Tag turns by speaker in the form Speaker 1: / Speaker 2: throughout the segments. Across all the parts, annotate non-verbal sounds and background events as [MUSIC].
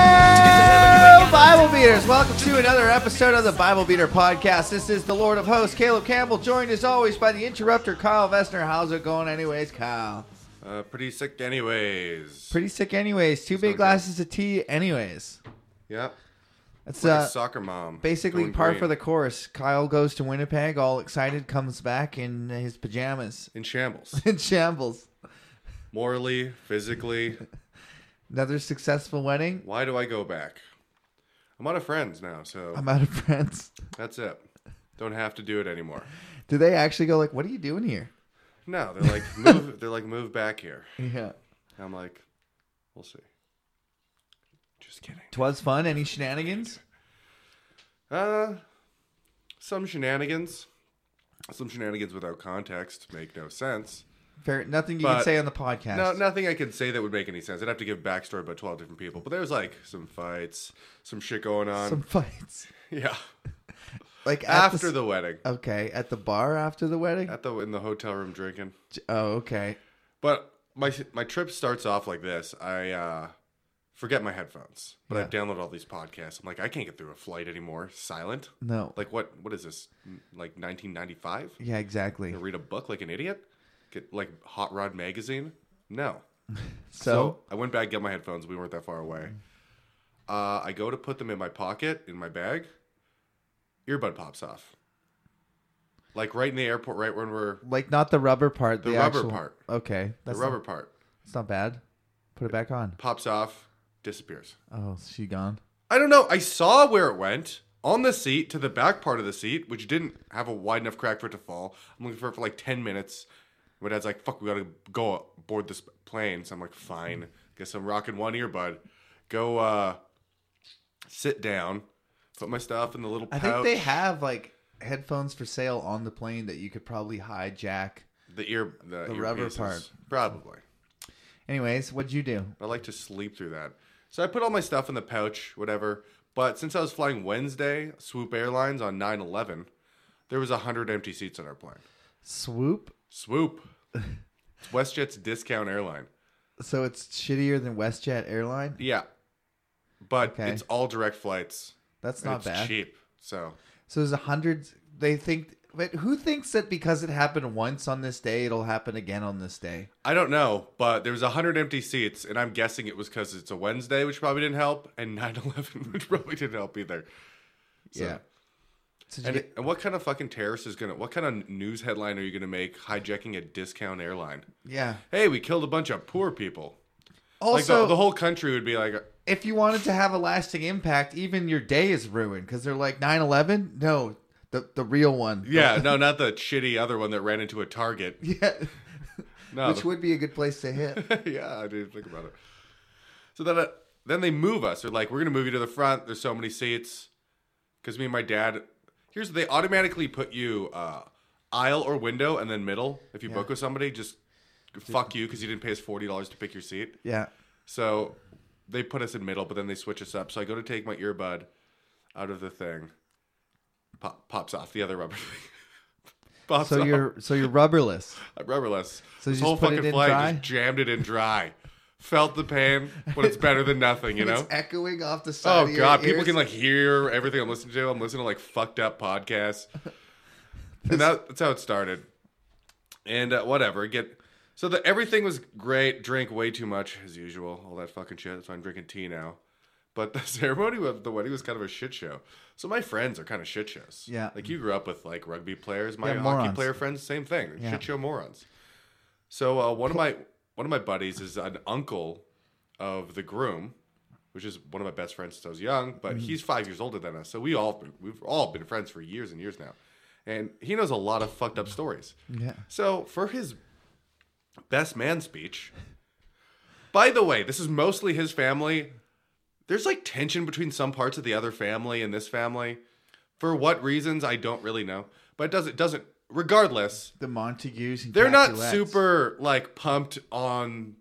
Speaker 1: Hello, Bible Beaters. Welcome to another episode of the Bible Beater Podcast. This is the Lord of Hosts, Caleb Campbell, joined as always by the interrupter, Kyle Vestner. How's it going, anyways, Kyle?
Speaker 2: Uh, pretty sick, anyways.
Speaker 1: Pretty sick, anyways. Two big
Speaker 2: good.
Speaker 1: glasses of tea, anyways.
Speaker 2: yeah.
Speaker 1: That's
Speaker 2: Like a
Speaker 1: uh,
Speaker 2: soccer mom.
Speaker 1: basically
Speaker 2: Going
Speaker 1: par
Speaker 2: green.
Speaker 1: for the course. Kyle goes to Winnipeg, all excited, comes back in his pajamas [LAUGHS]
Speaker 2: in shambles,
Speaker 1: in shambles.
Speaker 2: morally, physically.
Speaker 1: [LAUGHS] Another successful wedding.
Speaker 2: Why do I go back? I'm out of friends now, so
Speaker 1: I'm out of friends.
Speaker 2: that's it. Don't have to do it anymore.
Speaker 1: Do they actually go like, "What are you doing here"?
Speaker 2: No, they're
Speaker 1: [LAUGHS]
Speaker 2: like move. They're like move back here.
Speaker 1: Yeah.
Speaker 2: And I'm like, we'll see. Just kidding.
Speaker 1: Twas fun. Any shenanigans?
Speaker 2: Uh, some shenanigans. Some shenanigans without context make no sense.
Speaker 1: Fair, nothing you can
Speaker 2: But-
Speaker 1: say on the podcast.
Speaker 2: No, nothing I could say that would make any sense. I'd have to give backstory about twelve different people. But there's like some fights, some shit going on.
Speaker 1: Some fights.
Speaker 2: [LAUGHS] Yeah,
Speaker 1: Like at
Speaker 2: after
Speaker 1: s-
Speaker 2: the wedding,
Speaker 1: okay at the bar after the wedding.
Speaker 2: at the in the hotel room drinking.
Speaker 1: oh, okay.
Speaker 2: But my my trip starts off like this. I uh, forget my headphones, but I
Speaker 1: Yeah.
Speaker 2: download all these podcasts. I'm like, I can't get through a flight anymore. Silent.
Speaker 1: No.
Speaker 2: Like what? What is this? Like 1995?
Speaker 1: yeah, exactly.
Speaker 2: Read a book like an idiot? Get like Hot Rod magazine? No.
Speaker 1: So,
Speaker 2: I went back, got my headphones. We weren't that far away. Uh, I go to put them in my pocket, in my bag. Earbud pops off. Like right in the airport, right when we're
Speaker 1: like not the rubber part. The,
Speaker 2: The rubber
Speaker 1: actual-
Speaker 2: part.
Speaker 1: Okay,
Speaker 2: the
Speaker 1: that's
Speaker 2: rubber part
Speaker 1: Not, that's not bad. Put it back on.
Speaker 2: pops off, disappears.
Speaker 1: Oh, she gone.
Speaker 2: I don't know. I saw where it went on the seat to the back part of the seat, which didn't have a wide enough crack for it to fall. I'm looking for it for like 10 minutes. My dad's like, fuck, we gotta go board this plane. So I'm like, fine. Guess I'm rocking one earbud. Go uh, sit down, put my stuff in the little
Speaker 1: I
Speaker 2: pouch.
Speaker 1: think they have like headphones for sale on the plane that you could probably hijack.
Speaker 2: the ear, the,
Speaker 1: the rubber
Speaker 2: earpieces.
Speaker 1: part.
Speaker 2: Probably.
Speaker 1: Anyways, what'd you do?
Speaker 2: I like to sleep through that. So I put all my stuff in the pouch, whatever. But since I was flying Wednesday, Swoop Airlines on 9 11, there was 100 empty seats on our plane.
Speaker 1: Swoop.
Speaker 2: Swoop. It's WestJet's discount airline.
Speaker 1: So it's shittier than WestJet airline.
Speaker 2: Yeah. But
Speaker 1: Okay.
Speaker 2: it's all direct flights.
Speaker 1: That's
Speaker 2: and
Speaker 1: not
Speaker 2: it's
Speaker 1: bad.
Speaker 2: cheap. So
Speaker 1: So there's a hundred. They think, but who thinks that because it happened once on this day, it'll happen again on this day?
Speaker 2: I don't know, but there was 100 empty seats, and I'm guessing it was because it's a Wednesday, which probably didn't help, and 9 11, [LAUGHS] which probably didn't help either. So-
Speaker 1: yeah. So did you
Speaker 2: And,
Speaker 1: get-
Speaker 2: and what kind of fucking terrorist is going to, what kind of news headline are you going to make hijacking a discount airline?
Speaker 1: yeah.
Speaker 2: Hey, we killed a bunch of poor people. Like
Speaker 1: Also,
Speaker 2: the, the whole country would be like,
Speaker 1: if you wanted to have a lasting impact, even your day is ruined because they're like 9-11? No, the the real one.
Speaker 2: yeah, no, not the shitty other one that ran into a Target.
Speaker 1: [LAUGHS] yeah.
Speaker 2: No,
Speaker 1: Which
Speaker 2: the-
Speaker 1: would be a good place to hit.
Speaker 2: [LAUGHS] yeah, I didn't think about it. So then, uh, then they move us. They're like, we're gonna move you to the front. There's so many seats. Because me and my dad, here's they automatically put you uh, aisle or window and then middle. If you book with somebody, just fuck you because you didn't pay us forty dollars to pick your seat.
Speaker 1: yeah.
Speaker 2: [LAUGHS] So they put us in middle, but then they switch us up. So I go to take my earbud out of the thing. Pop, pops off the other rubber thing. [LAUGHS] pops
Speaker 1: So
Speaker 2: off.
Speaker 1: you're so you're rubberless.
Speaker 2: I'm rubberless.
Speaker 1: So you
Speaker 2: this
Speaker 1: just
Speaker 2: whole
Speaker 1: put it
Speaker 2: fucking
Speaker 1: in
Speaker 2: flight
Speaker 1: dry?
Speaker 2: just jammed it in dry. Felt the pain, but it's better than
Speaker 1: [LAUGHS]
Speaker 2: nothing, you know.
Speaker 1: It's echoing off the side.
Speaker 2: Oh
Speaker 1: of your
Speaker 2: god, people
Speaker 1: ears.
Speaker 2: can like hear everything I'm listening to. I'm listening to like fucked
Speaker 1: [LAUGHS]
Speaker 2: up podcasts, and that, that's how it started. And uh, whatever, get so that everything was great. Drink way too much as usual, all that fucking shit. That's why I'm drinking tea now. But [LAUGHS] the ceremony of the wedding was kind of a shit show. So my friends are kind of shit shows.
Speaker 1: Yeah.
Speaker 2: like you grew up with like rugby players. My
Speaker 1: Yeah,
Speaker 2: hockey
Speaker 1: morons.
Speaker 2: player friends, same thing.
Speaker 1: Yeah.
Speaker 2: Shit show morons. So uh, one of my one of my buddies is an uncle of the groom, which is one of my best friends since I was young. But he's five years older than us, so we all we've all been friends for years and years now, and he knows a lot of fucked up stories.
Speaker 1: Yeah.
Speaker 2: So for his best man speech, by the way, this is mostly his family. There's like tension between some parts of the other family and this family, for what reasons I don't really know. But it doesn't it doesn't. Regardless,
Speaker 1: The Montagues. And
Speaker 2: they're not
Speaker 1: Capulets.
Speaker 2: super like pumped on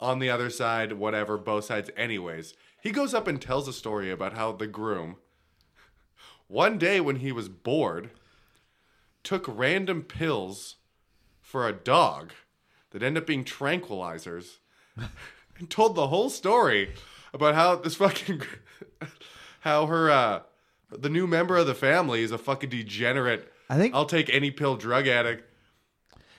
Speaker 2: on the other side whatever both sides anyways he goes up and tells a story about how the groom one day when he was bored took random pills for a dog that end up being tranquilizers [LAUGHS] and told the whole story about how this fucking [LAUGHS] how her uh the new member of the family is a fucking degenerate.
Speaker 1: I think-
Speaker 2: I'll take any pill drug addict.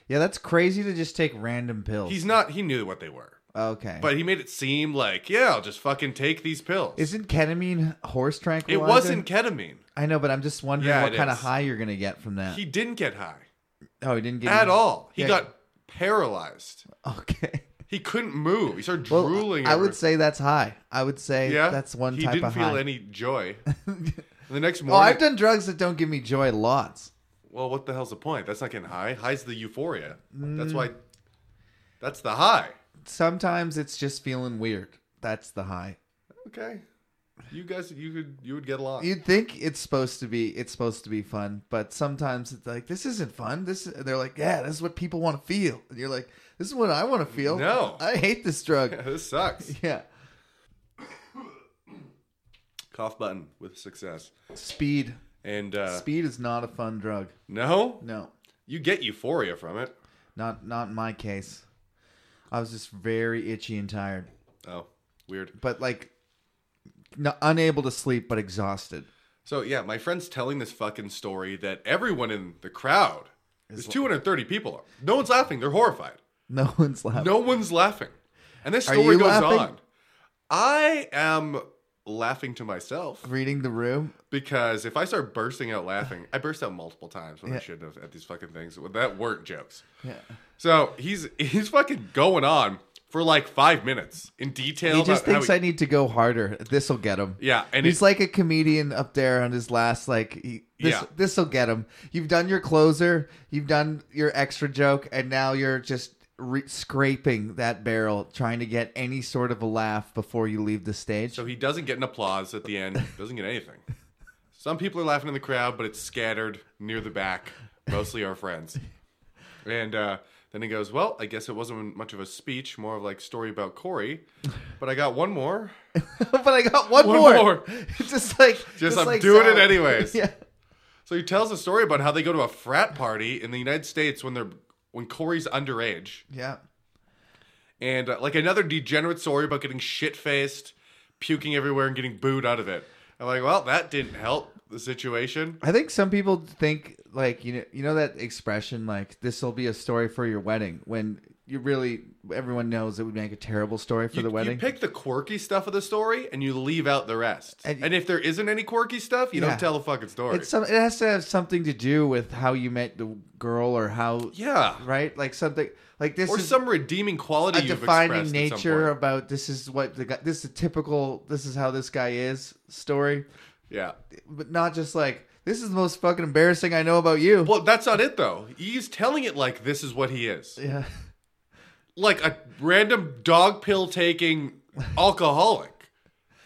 Speaker 1: Yeah, that's crazy to just take random pills.
Speaker 2: He's not he knew what they were.
Speaker 1: okay.
Speaker 2: But he made it seem like, yeah, I'll just fucking take these pills.
Speaker 1: isn't ketamine horse
Speaker 2: it
Speaker 1: tranquilizer?
Speaker 2: wasn't ketamine.
Speaker 1: I know, but I'm just wondering
Speaker 2: Yeah,
Speaker 1: what
Speaker 2: it
Speaker 1: kind of
Speaker 2: is.
Speaker 1: high you're gonna get from that.
Speaker 2: He didn't get high
Speaker 1: oh, he didn't get
Speaker 2: at all. He
Speaker 1: Yeah.
Speaker 2: got paralyzed.
Speaker 1: Okay.
Speaker 2: He couldn't move. He started
Speaker 1: Well,
Speaker 2: drooling.
Speaker 1: I
Speaker 2: over-
Speaker 1: would say that's high. I would say
Speaker 2: yeah,
Speaker 1: that's one
Speaker 2: He
Speaker 1: type
Speaker 2: didn't
Speaker 1: of
Speaker 2: feel
Speaker 1: [LAUGHS] high.
Speaker 2: any joy. the next
Speaker 1: oh,
Speaker 2: morning,
Speaker 1: I've done drugs that don't give me joy lots.
Speaker 2: well, what the hell's the point? That's not getting high. High's the euphoria.
Speaker 1: Mm.
Speaker 2: That's why. That's the high.
Speaker 1: Sometimes it's just feeling weird. That's the high.
Speaker 2: Okay, you guys, you could, you would get along.
Speaker 1: You'd think it's supposed to be it's supposed to be fun, but sometimes it's like this isn't fun. This and they're like, yeah, this is what people want to feel, and you're like, this is what I want to feel.
Speaker 2: No.
Speaker 1: I hate this drug. [LAUGHS]
Speaker 2: [LAUGHS] this sucks.
Speaker 1: yeah,
Speaker 2: Cough button with success.
Speaker 1: speed.
Speaker 2: And uh,
Speaker 1: Speed is not a fun drug.
Speaker 2: no,
Speaker 1: No,
Speaker 2: you get euphoria from it.
Speaker 1: not not in my case. I was just very itchy and tired,
Speaker 2: Oh, weird.
Speaker 1: but like, no, unable to sleep, but exhausted. [LAUGHS]
Speaker 2: So yeah, my friend's telling this fucking story that everyone in the crowd, there's 230 people. No one's laughing. They're horrified.
Speaker 1: No one's laughing.
Speaker 2: No one's laughing. And this
Speaker 1: Are
Speaker 2: story
Speaker 1: you
Speaker 2: goes
Speaker 1: laughing?
Speaker 2: on. I am laughing to myself
Speaker 1: Reading the room.
Speaker 2: because if I start bursting out laughing, I burst out multiple times when
Speaker 1: Yeah.
Speaker 2: I shouldn't have at these fucking things that weren't jokes.
Speaker 1: Yeah.
Speaker 2: So he's he's fucking going on for like five minutes in detail.
Speaker 1: He just
Speaker 2: about how
Speaker 1: thinks
Speaker 2: he-
Speaker 1: I need to go harder. This'll get him.
Speaker 2: yeah, and
Speaker 1: he's
Speaker 2: he's
Speaker 1: like a comedian up there on his last like he, this
Speaker 2: Yeah.
Speaker 1: this'll get him. You've done your closer, you've done your extra joke, and now you're just re- scraping that barrel, trying to get any sort of a laugh before you leave the stage.
Speaker 2: so he doesn't get an applause at the end. Doesn't get anything. Some people are laughing in the crowd, but it's scattered near the back, mostly our friends. And uh, then he goes, "Well, I guess it wasn't much of a speech, more of like story about Corey, but I got one more."
Speaker 1: [LAUGHS] but I got one,
Speaker 2: One
Speaker 1: more. [LAUGHS]
Speaker 2: more.
Speaker 1: just like
Speaker 2: Just I'm
Speaker 1: like
Speaker 2: doing it
Speaker 1: Sal. [LAUGHS]
Speaker 2: anyways.
Speaker 1: yeah.
Speaker 2: So he tells a story about how they go to a frat party in the United States when they're when Corey's underage,
Speaker 1: Yeah.
Speaker 2: and uh, like another degenerate story about getting shit faced, puking everywhere, and getting booed out of it. I'm like, well, that didn't help the situation.
Speaker 1: I think some people think like you know you know that expression like this will be a story for your wedding when you really everyone knows it would make a terrible story for
Speaker 2: You-
Speaker 1: the wedding.
Speaker 2: you pick the quirky stuff of the story and you leave out the rest.
Speaker 1: And-
Speaker 2: And, if there isn't any quirky stuff, you
Speaker 1: Yeah.
Speaker 2: don't tell the fucking story.
Speaker 1: It's some, it has to have something to do with how you met the girl or how
Speaker 2: yeah,
Speaker 1: right like something like this
Speaker 2: or
Speaker 1: is
Speaker 2: some redeeming quality
Speaker 1: a
Speaker 2: you've
Speaker 1: defining
Speaker 2: expressed at some
Speaker 1: nature
Speaker 2: point.
Speaker 1: about this is what the guy this is a typical this is how this guy is story,
Speaker 2: Yeah.
Speaker 1: but not just like this is the most fucking embarrassing I know about you.
Speaker 2: Well, that's not it though. He's telling it like this is what he is.
Speaker 1: [LAUGHS] yeah,
Speaker 2: like a random dog pill taking alcoholic,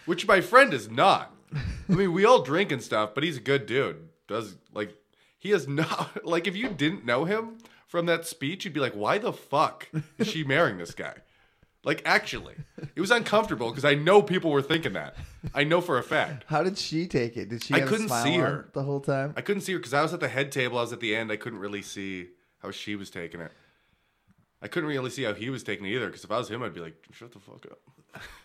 Speaker 2: which my friend is not. I mean, we all drink and stuff, but he's a good dude. Does like he is not [LAUGHS] like if you didn't know him from that speech, you'd be like, why the fuck is she marrying this guy? Like, actually, it was uncomfortable because I know people were thinking that. I know for a fact.
Speaker 1: how did she take it? Did she?
Speaker 2: I
Speaker 1: have a
Speaker 2: couldn't
Speaker 1: smile
Speaker 2: see
Speaker 1: on
Speaker 2: her.
Speaker 1: the whole time.
Speaker 2: I couldn't see her because I was at the head table. I was at the end. I couldn't really see how she was taking it. I couldn't really see how he was taking it either because if I was him, I'd be like, shut the fuck up.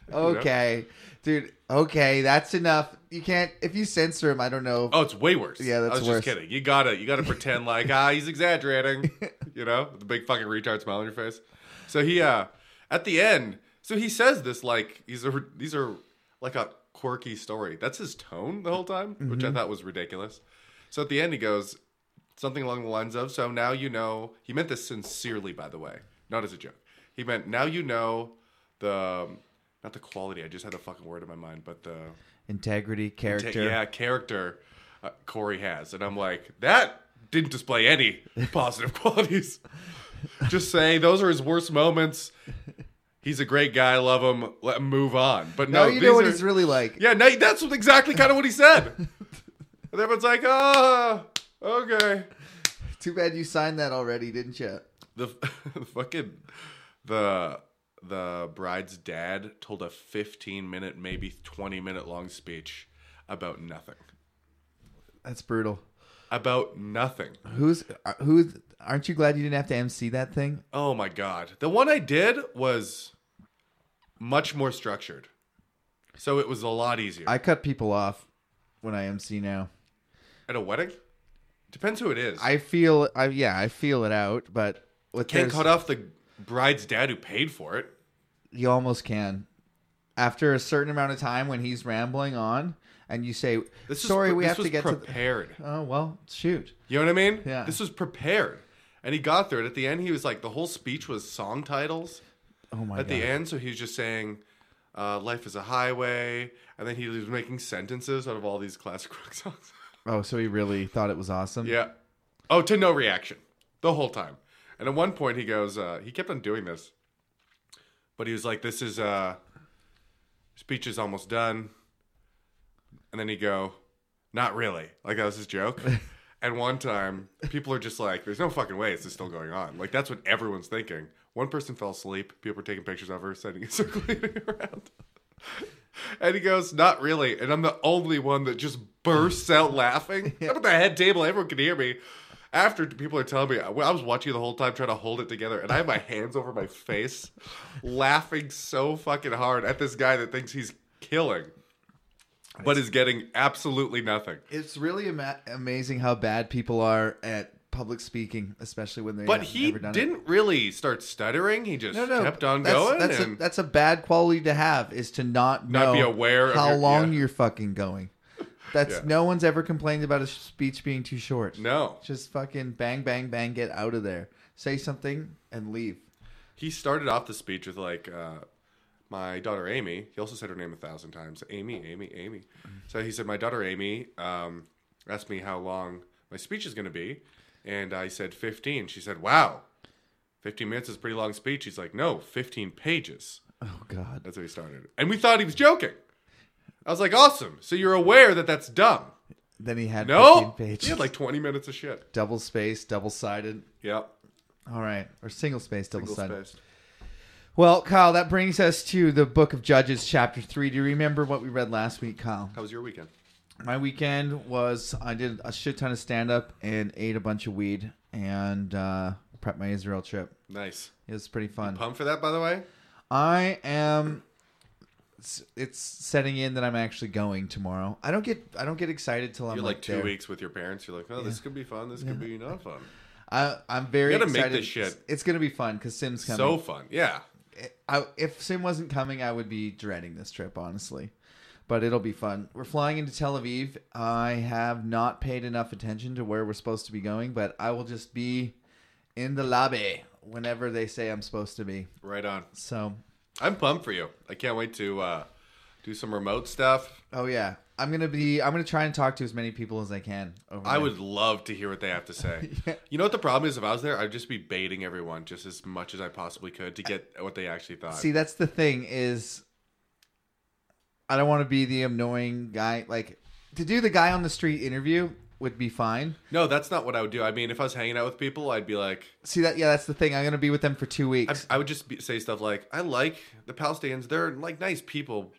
Speaker 2: You know?
Speaker 1: Okay, dude. Okay, that's enough. You can't if you censor him. I don't know.
Speaker 2: Oh, it's way worse.
Speaker 1: Yeah, that's
Speaker 2: I was
Speaker 1: worse.
Speaker 2: just kidding. You gotta
Speaker 1: [LAUGHS]
Speaker 2: you gotta pretend like ah he's exaggerating. you know, with the big fucking retard smile on your face. So he uh at the end, so he says this like these are these are like a quirky story. That's his tone the whole time, which
Speaker 1: Mm-hmm.
Speaker 2: I thought was ridiculous. So at the end he goes something along the lines of, so now you know he meant this sincerely, by the way, not as a joke. He meant now you know the not the quality. I just had the fucking word in my mind, but the
Speaker 1: Integrity, character.
Speaker 2: Ta- yeah, character uh, Corey has. And I'm like, that didn't
Speaker 1: [LAUGHS]
Speaker 2: display any positive qualities. Just saying, those are his worst moments. He's a great guy. I love him. Let him move on. But
Speaker 1: Now
Speaker 2: no,
Speaker 1: you know what
Speaker 2: these are-
Speaker 1: he's really like.
Speaker 2: Yeah, now, that's what- exactly kind of what he said.
Speaker 1: [LAUGHS]
Speaker 2: and everyone's like, ah, okay.
Speaker 1: Too bad you signed that already, didn't you?
Speaker 2: The, [LAUGHS] the fucking the the bride's dad told a 15 minute, maybe 20 minute long speech about nothing.
Speaker 1: That's brutal.
Speaker 2: About nothing.
Speaker 1: Who's uh, who's? Aren't you glad you didn't have to MC that thing?
Speaker 2: Oh my god. The one I did was much more structured. So it was a lot easier.
Speaker 1: I cut people off when I MC now.
Speaker 2: At a wedding? Depends who it is.
Speaker 1: I feel, I yeah, I feel it out, but with
Speaker 2: can't
Speaker 1: this,
Speaker 2: cut off the bride's dad who paid for it.
Speaker 1: you almost can. After a certain amount of time, when he's rambling on, and you say,
Speaker 2: This is
Speaker 1: "Sorry,
Speaker 2: pre-
Speaker 1: we
Speaker 2: this
Speaker 1: have
Speaker 2: was
Speaker 1: to get to."
Speaker 2: prepared.
Speaker 1: The- oh well, shoot.
Speaker 2: You know what I mean?
Speaker 1: Yeah.
Speaker 2: This was prepared. And he got through it. At the end, he was like, the whole speech was song titles
Speaker 1: Oh my
Speaker 2: at
Speaker 1: god.
Speaker 2: the end. So he was just saying, uh, life is a highway. And then he was making sentences out of all these classic rock [LAUGHS] songs.
Speaker 1: Oh, so he really thought it was awesome.
Speaker 2: yeah. Oh, to no reaction the whole time. And at one point, he goes, uh, he kept on doing this. But he was like, this is, uh, speech is almost done. And then he go, not really. Like, that was his joke. and one time, people are just like, there's no fucking way this is still going on. Like, that's what everyone's thinking. One person fell asleep. People were taking pictures of her, sending it circulating around. and he goes, not really. And I'm the only one that just bursts
Speaker 1: [LAUGHS]
Speaker 2: out laughing. I'm at the head table. Everyone can hear me. After people are telling me, I I was watching you the whole time trying to hold it together, and I
Speaker 1: [LAUGHS]
Speaker 2: have my hands over my face, laughing so fucking hard at this guy that thinks he's killing but is getting absolutely nothing.
Speaker 1: It's really ama- amazing how bad people are at public speaking, especially when they
Speaker 2: But
Speaker 1: have
Speaker 2: he
Speaker 1: never done it.
Speaker 2: didn't really start stuttering. He just kept on
Speaker 1: that's,
Speaker 2: going
Speaker 1: That's, a,
Speaker 2: and
Speaker 1: that's a bad quality to have is to not
Speaker 2: Not
Speaker 1: know
Speaker 2: be aware of
Speaker 1: how
Speaker 2: your-
Speaker 1: long
Speaker 2: yeah.
Speaker 1: you're fucking going. That's
Speaker 2: [LAUGHS] Yeah.
Speaker 1: no one's ever complained about a speech being too short.
Speaker 2: no.
Speaker 1: Just fucking bang, bang, bang, get out of there. Say something and leave.
Speaker 2: He started off the speech with like, uh, "My daughter Amy." He also said her name a thousand times. Amy, Amy, Amy. So he said, "My daughter Amy um, asked me how long my speech is going to be," and I said 15. She said, "Wow, 15 minutes is a pretty long speech." He's like, "No, 15 pages."
Speaker 1: Oh God.
Speaker 2: That's how he started. And we thought he was joking. I was like, awesome. So you're aware that that's dumb.
Speaker 1: Then he had 15
Speaker 2: No.
Speaker 1: pages.
Speaker 2: He had like 20 minutes of shit.
Speaker 1: double space, double sided.
Speaker 2: Yep.
Speaker 1: All right, or single space, double sided.
Speaker 2: Single-spaced.
Speaker 1: Well, Kyle, that brings us to the Book of Judges, chapter three. Do you remember what we read last week, Kyle?
Speaker 2: How was your weekend?
Speaker 1: my weekend was I did a shit ton of stand up and ate a bunch of weed and uh, prepped my Israel trip.
Speaker 2: Nice.
Speaker 1: It was pretty fun.
Speaker 2: Pumped for that, by the way?
Speaker 1: I am. it's- It's setting in that I'm actually going tomorrow. I don't get I don't get excited till I'm
Speaker 2: You're like two
Speaker 1: there.
Speaker 2: weeks with your parents. You're like, oh, this could be fun. This could be not fun.
Speaker 1: I, I'm very
Speaker 2: You gotta make
Speaker 1: excited.
Speaker 2: this shit.
Speaker 1: It's, it's gonna be fun because Sim's coming.
Speaker 2: So fun. Yeah.
Speaker 1: I, if Sim wasn't coming, I would be dreading this trip, honestly. But it'll be fun. We're flying into Tel Aviv. I have not paid enough attention to where we're supposed to be going, but I will just be in the lobby whenever they say I'm supposed to be.
Speaker 2: Right on.
Speaker 1: So,
Speaker 2: I'm pumped for you. I can't wait to uh, do some remote stuff.
Speaker 1: oh yeah, I'm gonna be. I'm gonna try and talk to as many people as I can. Over
Speaker 2: I
Speaker 1: there.
Speaker 2: would love to hear what they have to say.
Speaker 1: [LAUGHS] Yeah.
Speaker 2: You know what the problem is? If I was there, I'd just be baiting everyone just as much as I possibly could to get what they actually thought.
Speaker 1: see. That's the thing is, I don't want to be the annoying guy. Like to do the guy on the street interview would be fine.
Speaker 2: No, that's not what I would do. I mean, if I was hanging out with people, I'd be like,
Speaker 1: See that? Yeah, that's the thing. I'm gonna be with them for two
Speaker 2: I,
Speaker 1: weeks.
Speaker 2: I would just be, say stuff like, I like the Palestinians. They're like nice people,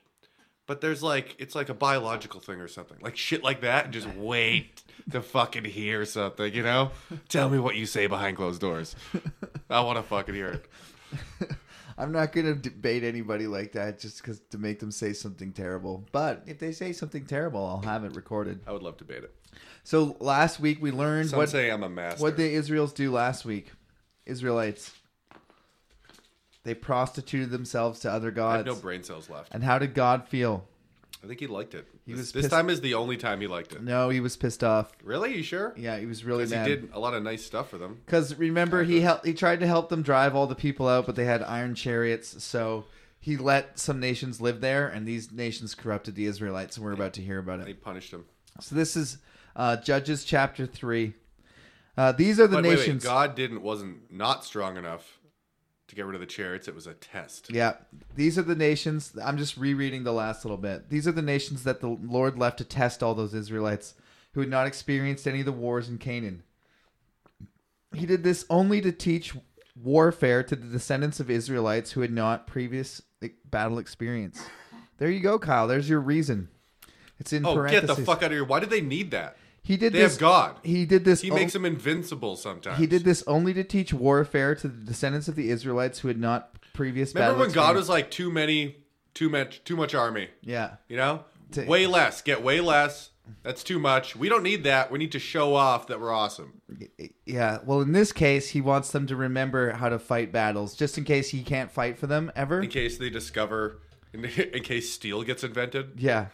Speaker 2: but there's like, it's like a biological thing or something. Like shit like that. And just wait to fucking hear something, you know? Tell me what you say behind closed doors. I want to fucking hear it.
Speaker 1: I'm not going to debate anybody like that just because to make them say something terrible. But if they say something terrible, I'll have it recorded.
Speaker 2: I would love to bait it.
Speaker 1: So last week we learned
Speaker 2: Some
Speaker 1: what
Speaker 2: say I'm a master.
Speaker 1: what the Israels do last week. Israelites, they prostituted themselves to other
Speaker 2: I
Speaker 1: gods.
Speaker 2: have no brain cells left.
Speaker 1: and how did God feel?
Speaker 2: I think he liked it. He this,
Speaker 1: was
Speaker 2: this
Speaker 1: pissed-
Speaker 2: time is the only time he liked it.
Speaker 1: No, he was pissed off.
Speaker 2: Really? You sure?
Speaker 1: Yeah, he was really
Speaker 2: Because he
Speaker 1: mad.
Speaker 2: did a lot of nice stuff for them.
Speaker 1: Because remember, he helped. He tried to help them drive all the people out, but they had iron chariots. So he let some nations live there, and these nations corrupted the Israelites. And we're about to hear about
Speaker 2: They
Speaker 1: it.
Speaker 2: punished him.
Speaker 1: So this is uh, Judges chapter three. Uh, these are the
Speaker 2: Wait, wait, wait.
Speaker 1: nations.
Speaker 2: God didn't wasn't not strong enough to get rid of the chariots. It was a test.
Speaker 1: Yeah, these are the nations. I'm just rereading the last little bit. These are the nations that the Lord left to test all those Israelites who had not experienced any of the wars in Canaan. He did this only to teach warfare to the descendants of Israelites who had not previous like, battle experience. There you go, Kyle. There's your reason. It's in
Speaker 2: Oh, get
Speaker 1: parentheses.
Speaker 2: the fuck out of here! Why did they need that?
Speaker 1: He did
Speaker 2: They
Speaker 1: this.
Speaker 2: have God.
Speaker 1: He did this.
Speaker 2: He
Speaker 1: on-
Speaker 2: makes them invincible sometimes.
Speaker 1: He did this only to teach warfare to the descendants of the Israelites who had not previous
Speaker 2: Remember
Speaker 1: battle
Speaker 2: when God
Speaker 1: experience.
Speaker 2: was like too many, too much, too much army?
Speaker 1: Yeah.
Speaker 2: You know,
Speaker 1: To-
Speaker 2: way less. Get way less. That's too much. We don't need that. We need to show off that we're awesome.
Speaker 1: Yeah. Well, in this case, he wants them to remember how to fight battles just in case he can't fight for them ever.
Speaker 2: In case they discover, in, [LAUGHS] in case steel gets invented.
Speaker 1: Yeah.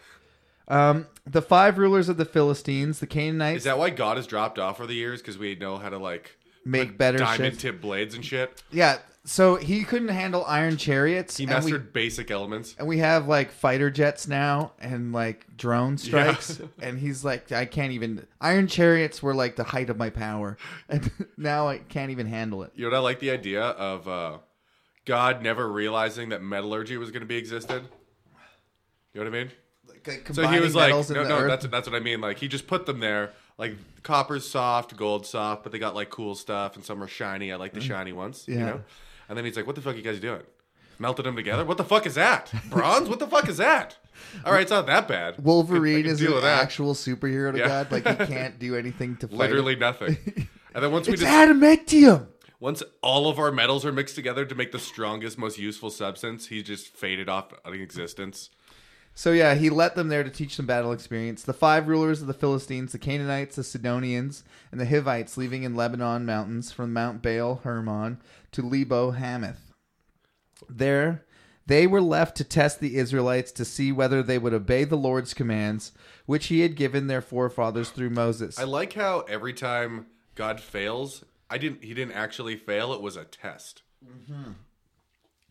Speaker 1: Um, the five rulers of the Philistines, the Canaanites,
Speaker 2: Is that why God has dropped off for the years? Because we know how to like
Speaker 1: make better
Speaker 2: diamond
Speaker 1: shit.
Speaker 2: tip blades and shit.
Speaker 1: Yeah. So he couldn't handle iron chariots.
Speaker 2: He
Speaker 1: and we-
Speaker 2: mastered basic elements.
Speaker 1: and we have like fighter jets now and like drone strikes [LAUGHS] and he's like i can't even iron chariots were like the height of my power [LAUGHS] and now i can't even handle it
Speaker 2: You know what I like the idea of uh, God never realizing that metallurgy was going to be existed. You know what I mean?
Speaker 1: like, like
Speaker 2: So he
Speaker 1: combining
Speaker 2: was like,
Speaker 1: metals in
Speaker 2: no,
Speaker 1: the
Speaker 2: no,
Speaker 1: earth.
Speaker 2: that's that's what I mean. Like he just put them there. Like copper's soft, gold soft, but they got like cool stuff, and some are shiny. I like the shiny ones. You
Speaker 1: Mm-hmm. Yeah.
Speaker 2: know. And then he's like, "What the fuck you guys doing? Melted them together? What the fuck
Speaker 1: [LAUGHS]
Speaker 2: is that? Bronze? what the fuck is that? All right, it's not that bad. I
Speaker 1: wolverine
Speaker 2: can
Speaker 1: is
Speaker 2: deal
Speaker 1: an
Speaker 2: with that.
Speaker 1: actual superhero to
Speaker 2: Yeah.
Speaker 1: god like
Speaker 2: [LAUGHS]
Speaker 1: he can't do anything to fight it.
Speaker 2: Literally nothing.
Speaker 1: [LAUGHS]
Speaker 2: And then once we
Speaker 1: it's
Speaker 2: just
Speaker 1: adamantium
Speaker 2: once all of our metals are mixed together to make the strongest, most useful substance, he just faded off out of existence.
Speaker 1: so yeah he let them there to teach them battle experience the five rulers of the philistines the canaanites the sidonians and the hivites leaving in lebanon mountains from mount baal hermon to lebo hamath There, they were left to test the Israelites to see whether they would obey the Lord's commands, which he had given their forefathers through Moses.
Speaker 2: I like how every time God fails, I didn't. He didn't actually fail. It was a test.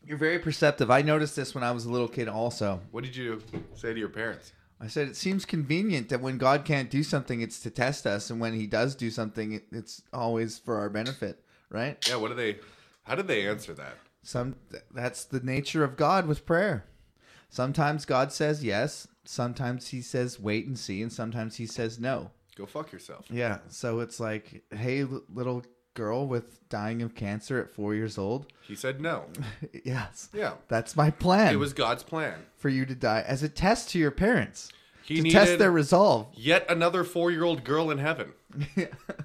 Speaker 1: You're very perceptive. I noticed this when I was a little kid, also.
Speaker 2: What did you say to your parents?
Speaker 1: I said, It seems convenient that when God can't do something, it's to test us, and when he does do something, it- it's always for our benefit, right?
Speaker 2: Yeah, what do they? How did they answer that?
Speaker 1: Some th- That's the nature of God with prayer. Sometimes God says yes, sometimes he says wait and see, and sometimes he says no.
Speaker 2: Go fuck yourself.
Speaker 1: Yeah. So it's like, hey, l- little girl with dying of cancer at four years old. [LAUGHS]
Speaker 2: He said no.
Speaker 1: yes.
Speaker 2: Yeah,
Speaker 1: That's my plan
Speaker 2: it was God's plan.
Speaker 1: for you to die as a test to your parents
Speaker 2: He
Speaker 1: to
Speaker 2: needed
Speaker 1: test their resolve.
Speaker 2: yet another four-year-old girl in heaven.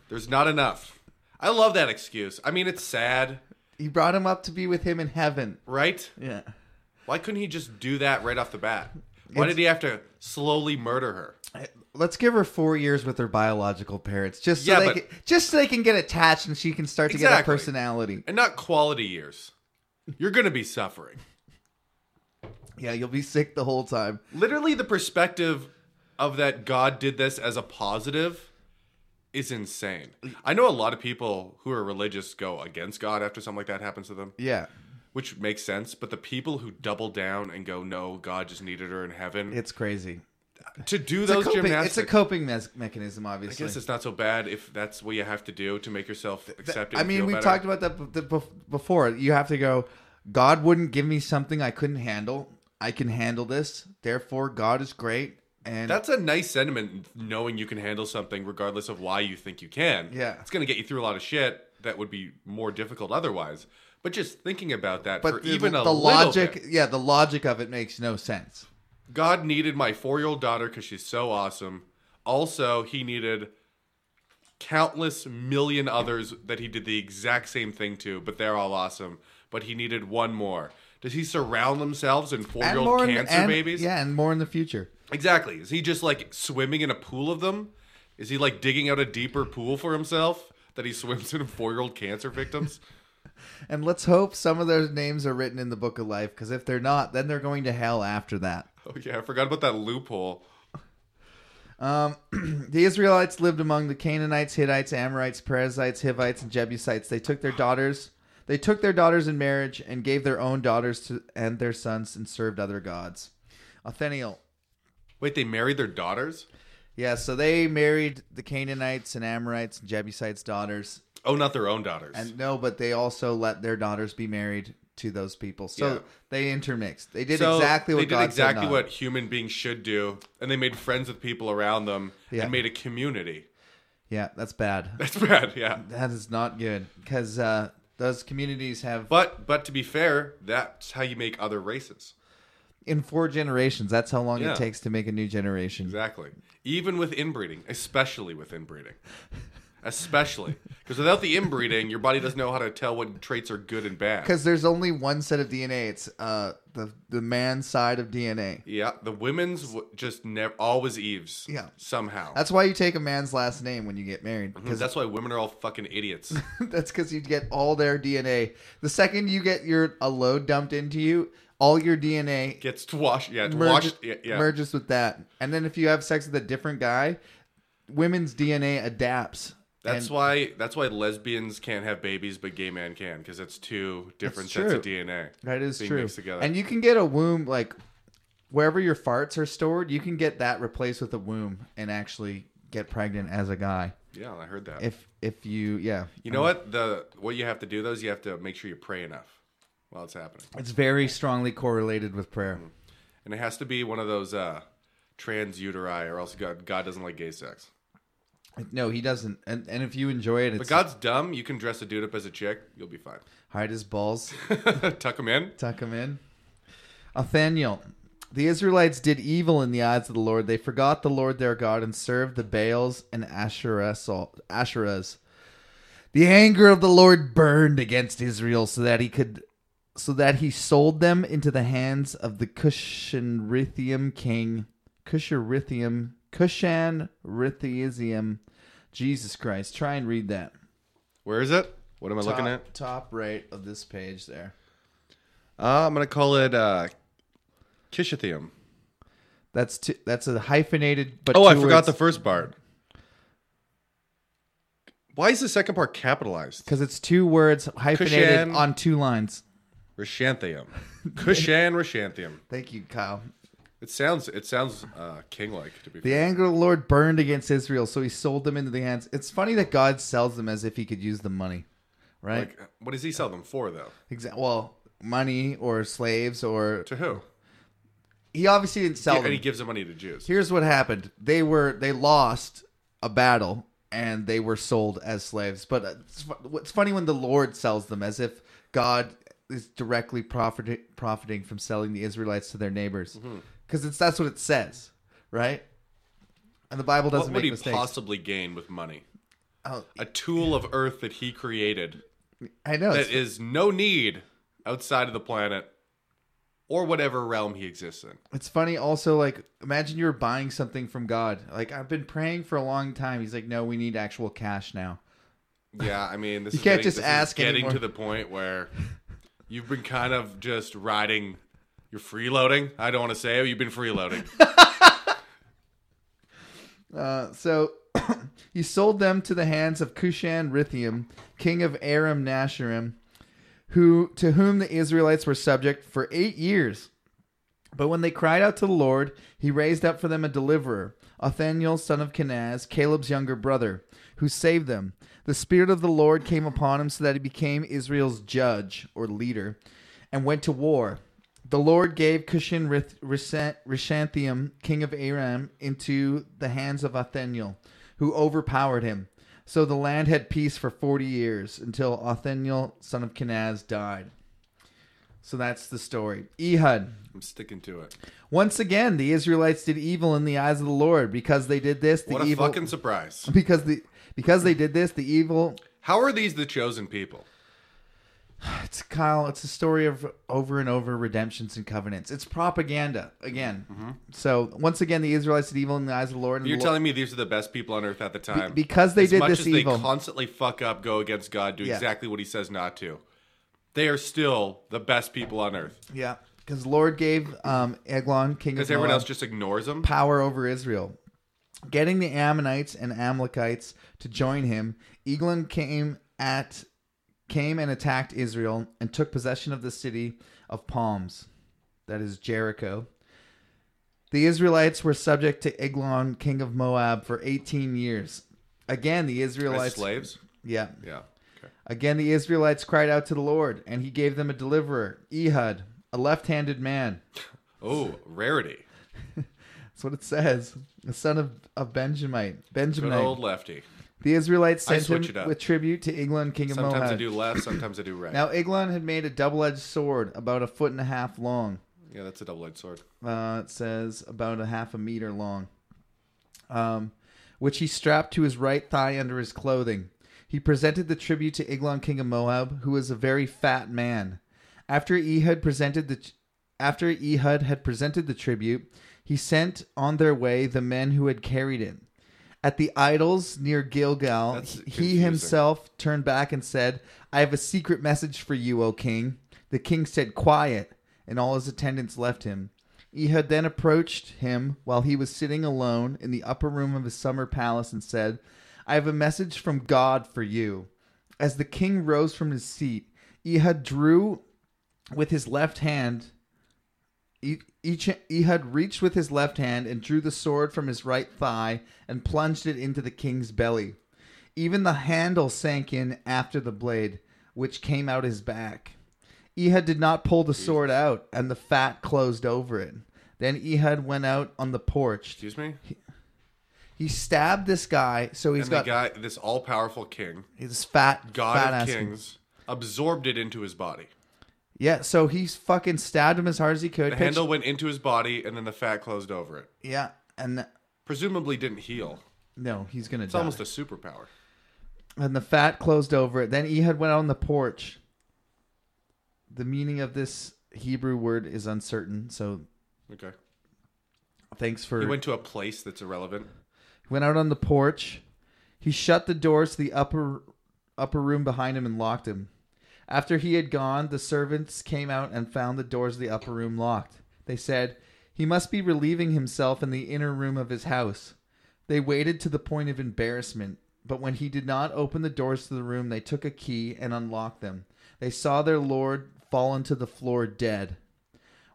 Speaker 2: There's not enough. I love that excuse. I mean, it's sad,
Speaker 1: he brought him up to be with him in heaven.
Speaker 2: right?
Speaker 1: Yeah.
Speaker 2: Why couldn't he just do that right off the bat? Why did he have to slowly murder her?
Speaker 1: Let's give her four years with her biological parents, just so
Speaker 2: Yeah,
Speaker 1: they
Speaker 2: but-
Speaker 1: can, just so they can get attached and she can start to get a
Speaker 2: Exactly.
Speaker 1: personality.
Speaker 2: And not quality years. You're gonna be suffering.
Speaker 1: Yeah, you'll be sick the whole time.
Speaker 2: Literally, the perspective of that God did this as a positive is insane. I know a lot of people who are religious go against God after something like that happens to them,
Speaker 1: Yeah,
Speaker 2: which makes sense. But the people who double down and go, "No, God just needed her in heaven,"
Speaker 1: it's crazy.
Speaker 2: to do
Speaker 1: It's a
Speaker 2: those
Speaker 1: coping, it's
Speaker 2: gymnastics,
Speaker 1: a coping mes- mechanism,
Speaker 2: I
Speaker 1: obviously.
Speaker 2: guess it's not so bad if that's what you have to do to make yourself accepted.
Speaker 1: I
Speaker 2: and
Speaker 1: mean,
Speaker 2: feel
Speaker 1: we
Speaker 2: better.
Speaker 1: talked about that b- the, bef- before. You have to go. God wouldn't give me something I couldn't handle. I can handle this. Therefore, God is great. And
Speaker 2: That's a nice sentiment, knowing you can handle something regardless of why you think you can.
Speaker 1: Yeah.
Speaker 2: It's going to get you through a lot of shit that would be more difficult otherwise. But just thinking about that for
Speaker 1: but the,
Speaker 2: even a
Speaker 1: the
Speaker 2: little
Speaker 1: logic,
Speaker 2: bit.
Speaker 1: yeah, the logic of it makes no sense.
Speaker 2: God needed my four year old daughter because she's so awesome. Also, he needed countless million others that he did the exact same thing to, but they're all awesome. But he needed one more. Does he surround themselves in four year
Speaker 1: And
Speaker 2: old
Speaker 1: more, in-
Speaker 2: cancer
Speaker 1: and-
Speaker 2: babies?
Speaker 1: Yeah, and more in the future.
Speaker 2: Exactly. Is he just like swimming in a pool of them? Is he like digging out a deeper pool for himself that he swims in [LAUGHS] four year old cancer victims? [LAUGHS]
Speaker 1: And let's hope some of those names are written in the book of life. Because if they're not, then they're going to hell after that.
Speaker 2: oh, yeah, I forgot about that loophole.
Speaker 1: The Israelites lived among the Canaanites, Hittites, Amorites, Perizzites, Hivites, and Jebusites. They took their daughters. They took their daughters in marriage and gave their own daughters to and their sons and served other gods. Othniel.
Speaker 2: Wait, they married their daughters?
Speaker 1: Yeah, so they married the Canaanites and Amorites and Jebusites' daughters.
Speaker 2: Oh, not their own daughters.
Speaker 1: And no, but they also let their daughters be married to those people. So
Speaker 2: Yeah.
Speaker 1: they intermixed. They did
Speaker 2: So
Speaker 1: exactly what
Speaker 2: they did
Speaker 1: God
Speaker 2: exactly
Speaker 1: said not.
Speaker 2: what human beings should do, and they made friends with people around them
Speaker 1: Yeah.
Speaker 2: and made a community. [LAUGHS]
Speaker 1: Yeah, that's bad.
Speaker 2: That's bad, yeah.
Speaker 1: That is not good because uh, those communities have
Speaker 2: But but to be fair, that's how you make other races.
Speaker 1: in four generations. That's how long
Speaker 2: Yeah.
Speaker 1: it takes to make a new generation.
Speaker 2: Exactly. Even with inbreeding, especially with inbreeding. especially because without the inbreeding, your body doesn't know how to tell what traits are good and bad.
Speaker 1: Because there's only one set of DNA. It's uh the the man side of DNA.
Speaker 2: Yeah, the women's w- just never always Eves.
Speaker 1: Yeah.
Speaker 2: somehow.
Speaker 1: That's why you take a man's last name when you get married because
Speaker 2: because Mm-hmm. that's why women are all fucking idiots.
Speaker 1: [LAUGHS] that's because you get all their DNA. The second you get your a load dumped into you, all your DNA
Speaker 2: Gets washed. Yeah,
Speaker 1: merges,
Speaker 2: washed. Yeah, yeah.
Speaker 1: merges with that. And then if you have sex with a different guy, women's DNA adapts.
Speaker 2: That's
Speaker 1: And-
Speaker 2: why that's why lesbians can't have babies, but gay men can because it's two different
Speaker 1: That's
Speaker 2: sets of DNA.
Speaker 1: That is
Speaker 2: being
Speaker 1: true.
Speaker 2: mixed together.
Speaker 1: And you can get a womb like wherever your farts are stored, you can get that replaced with a womb and actually get pregnant as a guy.
Speaker 2: Yeah, I heard that.
Speaker 1: If if you yeah.
Speaker 2: you know what the what you have to do though is you have to make sure you pray enough while it's happening,
Speaker 1: It's very strongly correlated with prayer.
Speaker 2: and it has to be one of those uh, trans uteri, or else God God doesn't like gay sex.
Speaker 1: No, he doesn't. And and if you enjoy it,
Speaker 2: Mm. But
Speaker 1: it's
Speaker 2: God's dumb. You can dress a dude up as a chick, you'll be fine. [LAUGHS]
Speaker 1: hide his balls,
Speaker 2: Tuck him in.
Speaker 1: tuck him in. Othaniel, the Israelites did evil in the eyes of the Lord. They forgot the Lord their God and served the Baals and Asherasol- Asherahs. The anger of the Lord burned against Israel, so that he could, so that he sold them into the hands of the Cushanrithium king, Cushanrithium, Cushanrithium, Jesus Christ. Try and read that.
Speaker 2: Where is it? What am I looking at?
Speaker 1: top, top right of this page there.
Speaker 2: Uh, I'm gonna call it uh, Kishathium.
Speaker 1: That's two, that's a hyphenated. But
Speaker 2: Oh, I
Speaker 1: two
Speaker 2: forgot
Speaker 1: words,
Speaker 2: the first part. Why is the second part capitalized?
Speaker 1: because it's two words hyphenated
Speaker 2: Cushan.
Speaker 1: on two lines. [LAUGHS]
Speaker 2: Rashanthium. Kushan Rashanthium.
Speaker 1: Thank you, Kyle.
Speaker 2: It sounds it sounds uh, king like to be
Speaker 1: The
Speaker 2: fair.
Speaker 1: anger of the Lord burned against Israel, so He sold them into the hands. It's funny that God sells them as if He could use the money, right?
Speaker 2: Like what does he sell them for though?
Speaker 1: Exa- well, money or slaves or
Speaker 2: To who?
Speaker 1: He obviously didn't sell
Speaker 2: Yeah, and
Speaker 1: them.
Speaker 2: he gives the money to Jews.
Speaker 1: Here's what happened: they were they lost a battle and they were sold as slaves. But it's, fu- it's funny when the Lord sells them as if God is directly profiting profiting from selling the Israelites to their neighbors,
Speaker 2: Mm-hmm.
Speaker 1: because it's that's what it says, right? And the Bible
Speaker 2: What
Speaker 1: doesn't
Speaker 2: would
Speaker 1: make
Speaker 2: he
Speaker 1: mistakes.
Speaker 2: possibly gain with money?
Speaker 1: Oh,
Speaker 2: A tool of earth that he created
Speaker 1: I know.
Speaker 2: that
Speaker 1: It's,
Speaker 2: is no need outside of the planet or whatever realm he exists in.
Speaker 1: it's funny also, like, imagine you're buying something from God. Like, I've been praying for a long time. He's like, no, we need actual cash now.
Speaker 2: Yeah, I mean, this
Speaker 1: You
Speaker 2: is
Speaker 1: can't
Speaker 2: getting,
Speaker 1: just
Speaker 2: this
Speaker 1: ask
Speaker 2: Is getting
Speaker 1: anymore.
Speaker 2: to the point where you've been kind of just riding. You're freeloading. I don't want to say it. You've been freeloading.
Speaker 1: [LAUGHS] Uh, so [COUGHS] he sold them to the hands of Cushan Rithium, king of Aram Nasharim, who to whom the Israelites were subject for eight years. But when they cried out to the Lord, he raised up for them a deliverer, Othaniel son of Kenaz, Caleb's younger brother, who saved them. The Spirit of the Lord came upon him so that he became Israel's judge or leader and went to war. The Lord gave Cushan Rishanthium, king of Aram, into the hands of Othaniel, who overpowered him. So the land had peace for 40 years until Othaniel, son of Kenaz, died. So that's the story. Ehud,
Speaker 2: I'm sticking to it.
Speaker 1: once again, the Israelites did evil in the eyes of the Lord because they did this. The
Speaker 2: What a
Speaker 1: evil
Speaker 2: fucking surprise!
Speaker 1: because the because they did this. The evil.
Speaker 2: How are these the chosen people?
Speaker 1: It's Kyle. It's a story of over and over redemptions and covenants. It's propaganda again. So once again, the Israelites did evil in the eyes of the Lord. And
Speaker 2: Mm-hmm. You're
Speaker 1: the Lord-
Speaker 2: telling me these are the best people on earth at the time
Speaker 1: because they
Speaker 2: as
Speaker 1: did
Speaker 2: much
Speaker 1: this
Speaker 2: as
Speaker 1: evil.
Speaker 2: They constantly fuck up, go against God, do
Speaker 1: Yeah.
Speaker 2: exactly what He says not to. They are still the best people on earth
Speaker 1: yeah, because the Lord gave um, Eglon, king of
Speaker 2: because everyone
Speaker 1: Moab,
Speaker 2: else just ignores them.
Speaker 1: power over Israel. Getting the Ammonites and Amalekites to join him, Eglon came at came and attacked Israel and took possession of the city of palms, that is Jericho. The Israelites were subject to Eglon, king of Moab, for 18 years. Again, the
Speaker 2: As
Speaker 1: Israelites
Speaker 2: slaves.
Speaker 1: Yeah.
Speaker 2: Yeah. Okay.
Speaker 1: Again, the Israelites cried out to the Lord, and he gave them a deliverer, Ehud, a left-handed man.
Speaker 2: Oh, rarity.
Speaker 1: That's what it says. The son of, of Benjamite.
Speaker 2: Good
Speaker 1: Benjaminite.
Speaker 2: old lefty.
Speaker 1: The Israelites
Speaker 2: I
Speaker 1: sent
Speaker 2: switch
Speaker 1: him
Speaker 2: it up.
Speaker 1: with tribute to Eglon, king of
Speaker 2: Sometimes I
Speaker 1: Moab.
Speaker 2: do left. Sometimes I do right.
Speaker 1: Now Eglon had made a double-edged sword about a foot and a half long.
Speaker 2: Yeah, that's a double-edged sword.
Speaker 1: Uh, it says about a half a meter long. Um, which he strapped to his right thigh under his clothing. He presented the tribute to Eglon, king of Moab, who was a very fat man. After Ehud presented the after Ehud had presented the tribute, he sent on their way the men who had carried it. At the idols near Gilgal,
Speaker 2: That's
Speaker 1: he
Speaker 2: confusing.
Speaker 1: himself turned back and said, "I have a secret message for you, O king." The king said, "Quiet," and all his attendants left him. Ehud then approached him while he was sitting alone in the upper room of his summer palace and said, I have a message from God for you. As the king rose from his seat, Ehud drew with his left hand. E- Each, Ehud reached with his left hand and drew the sword from his right thigh and plunged it into the king's belly. Even the handle sank in after the blade, which came out his back. Ehud did not pull the sword out, and the fat closed over it. Then Ehud went out on the porch.
Speaker 2: Excuse me.
Speaker 1: He stabbed this guy, so he's
Speaker 2: and the
Speaker 1: got
Speaker 2: guy, this all-powerful king,
Speaker 1: He's fat,
Speaker 2: god
Speaker 1: fat
Speaker 2: of
Speaker 1: ass.
Speaker 2: kings, absorbed it into his body.
Speaker 1: Yeah, so he's fucking stabbed him as hard as he could.
Speaker 2: The
Speaker 1: Pitch-
Speaker 2: handle went into his body, and then the fat closed over it.
Speaker 1: Yeah, and
Speaker 2: Presumably, didn't heal.
Speaker 1: no, he's gonna
Speaker 2: It's
Speaker 1: die.
Speaker 2: almost a superpower.
Speaker 1: and the fat closed over it. Then Ehud went out on the porch. The meaning of this Hebrew word is uncertain. So
Speaker 2: Okay.
Speaker 1: thanks for
Speaker 2: He went to a place that's irrelevant.
Speaker 1: went out on the porch. He shut the doors to the upper upper room behind him and locked him. After he had gone, the servants came out and found the doors of the upper room locked. They said, "He must be relieving himself in the inner room of his house." They waited to the point of embarrassment, but when he did not open the doors to the room, they took a key and unlocked them. They saw their lord fallen to the floor dead.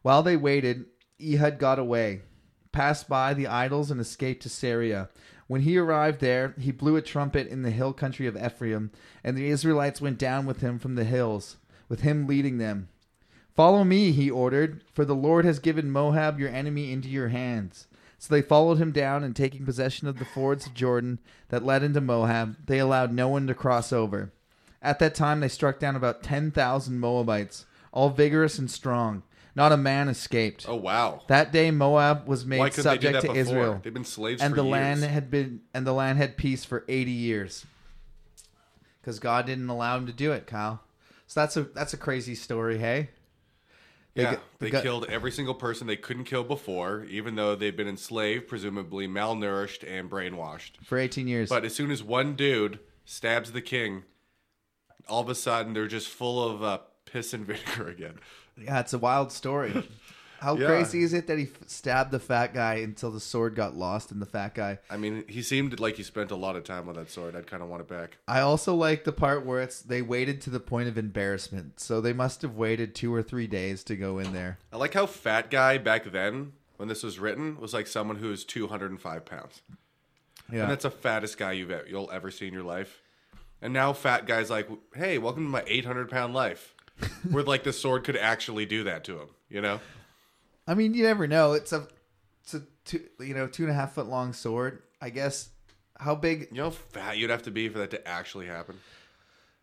Speaker 1: While they waited, Ehud got away, passed by the idols, and escaped to Syria. When he arrived there, he blew a trumpet in the hill country of Ephraim, and the Israelites went down with him from the hills, with him leading them. Follow me, he ordered, for the Lord has given Moab your enemy into your hands. So they followed him down, and taking possession of the fords of Jordan that led into Moab, they allowed no one to cross over. At that time, they struck down about 10,000 Moabites, all vigorous and strong. Not a man escaped.
Speaker 2: Oh wow!
Speaker 1: That day, Moab was
Speaker 2: Why
Speaker 1: made
Speaker 2: couldn't they do
Speaker 1: subject
Speaker 2: that
Speaker 1: to
Speaker 2: before?
Speaker 1: Israel,
Speaker 2: They've been slaves
Speaker 1: and
Speaker 2: for
Speaker 1: the
Speaker 2: years.
Speaker 1: land had been and the land had peace for 80 years. Because God didn't allow him to do it, Kyle. So that's a that's a crazy story, hey? They
Speaker 2: yeah,
Speaker 1: got-
Speaker 2: they,
Speaker 1: they got-
Speaker 2: killed every single person they couldn't kill before, even though they've been enslaved, presumably malnourished and brainwashed.
Speaker 1: For 18 years.
Speaker 2: But as soon as one dude stabs the king, all of a sudden they're just full of uh, piss and [LAUGHS] vinegar again.
Speaker 1: Yeah, it's a wild
Speaker 2: [LAUGHS]
Speaker 1: story. How
Speaker 2: Yeah.
Speaker 1: crazy is it that he f- stabbed the fat guy until the sword got lost in the fat guy?
Speaker 2: I mean, he seemed like he spent a lot of time on that sword. I'd kind of want it back.
Speaker 1: I also like the part where it's they waited to the point of embarrassment. So they must have waited two or three days to go in there.
Speaker 2: I like how fat guy back then, when this was written, was like someone who's 205 pounds.
Speaker 1: Yeah,
Speaker 2: And that's the fattest guy you've e- you'll ever see in your life. And now fat guy's like, hey, welcome to my 800 pound life.
Speaker 1: [LAUGHS]
Speaker 2: Where like the sword could actually do that to him, you know?
Speaker 1: I mean you never know. It's a it's a two you know two and a half foot long sword. I guess how big
Speaker 2: You know how fat you'd have to be for that to actually happen.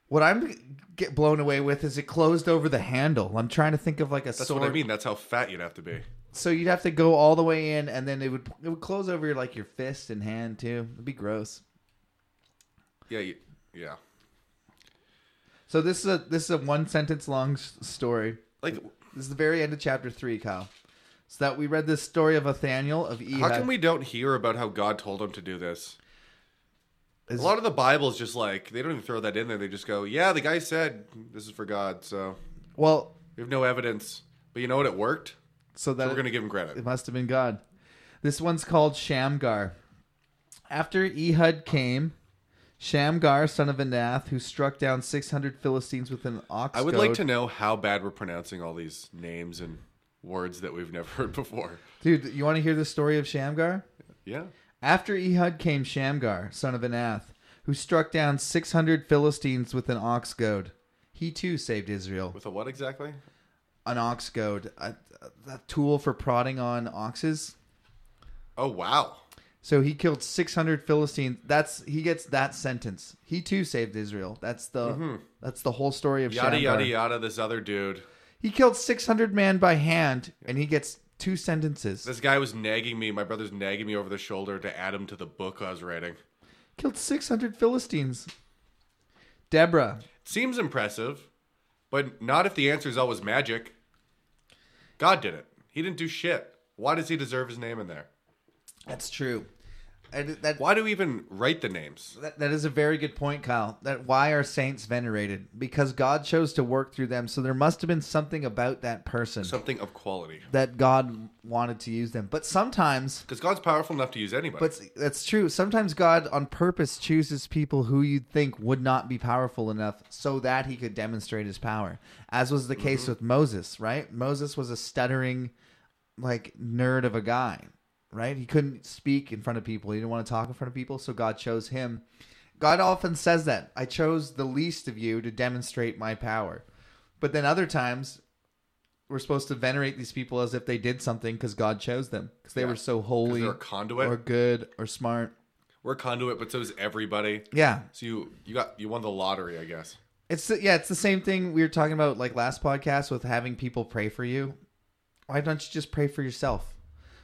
Speaker 1: what I'm get blown away with is it closed over the handle. I'm trying to think of like a
Speaker 2: That's
Speaker 1: sword.
Speaker 2: what I mean. That's how fat you'd have to be.
Speaker 1: So you'd have to go all the way in, and then it would it would close over your like your fist and hand too. It'd be gross.
Speaker 2: Yeah, you, yeah.
Speaker 1: So this is a this is a one sentence long s- story.
Speaker 2: Like,
Speaker 1: This is the very end of chapter three, Kyle. So that we read this story of Nathaniel of Ehud.
Speaker 2: how come we don't hear about how God told him to do this?
Speaker 1: Is-
Speaker 2: a lot of the Bible's just like they don't even throw that in there. They just go, "Yeah, the guy said this is for God," so
Speaker 1: well,
Speaker 2: we have no evidence. But you know what? It worked.
Speaker 1: so that
Speaker 2: We're gonna give him credit.
Speaker 1: It must have been God. This one's called Shamgar. After Ehud came, Shamgar, son of Anath, who struck down 600 Philistines with an ox
Speaker 2: I would like
Speaker 1: goad-
Speaker 2: to know how bad we're pronouncing all these names and words that we've never [LAUGHS] heard before.
Speaker 1: Dude, you want to hear the story of Shamgar?
Speaker 2: Yeah,
Speaker 1: After Ehud came Shamgar, son of Anath, who struck down 600 Philistines with an ox goad. He too saved Israel.
Speaker 2: with a what exactly?
Speaker 1: An ox goad, a, a tool for prodding on oxes.
Speaker 2: Oh wow,
Speaker 1: So he killed 600 Philistines. That's he gets that sentence. He too saved Israel. That's the that's the whole story of
Speaker 2: Mm-hmm. yada
Speaker 1: Shamgar.
Speaker 2: yada yada. This other dude.
Speaker 1: He killed 600 men by hand, and he gets two sentences.
Speaker 2: This guy was nagging me. My brother's nagging me over the shoulder to add him to the book I was writing.
Speaker 1: Killed 600 Philistines. Deborah.
Speaker 2: Seems impressive, but not if the answer is always magic. God did it. He didn't do shit. Why does he deserve his name in there?
Speaker 1: That's true. And that,
Speaker 2: Why do we even write the names?
Speaker 1: that that is a very good point, Kyle. That why are saints venerated? Because God chose to work through them, so there must have been something about that person
Speaker 2: Something of quality.
Speaker 1: that God wanted to use them. But sometimes,
Speaker 2: Because God's powerful enough to use anybody.
Speaker 1: but s- that's true. Sometimes God on purpose chooses people who you'd think would not be powerful enough so that he could demonstrate his power. As was the case with Moses, right? Moses was a stuttering like nerd of a guy, right? He couldn't speak in front of people. He didn't want to talk in front of people, so God chose him. God often says that I chose the least of you to demonstrate my power. But then other times we're supposed to venerate these people as if they did something because God chose them because they
Speaker 2: Yeah.
Speaker 1: were so holy
Speaker 2: they're a conduit.
Speaker 1: or good or smart.
Speaker 2: We're a conduit, but so is everybody.
Speaker 1: Yeah,
Speaker 2: So you you got you won the lottery, I guess.
Speaker 1: it's yeah, it's the same thing we were talking about like last podcast with having people pray for you. Why don't you just pray for yourself?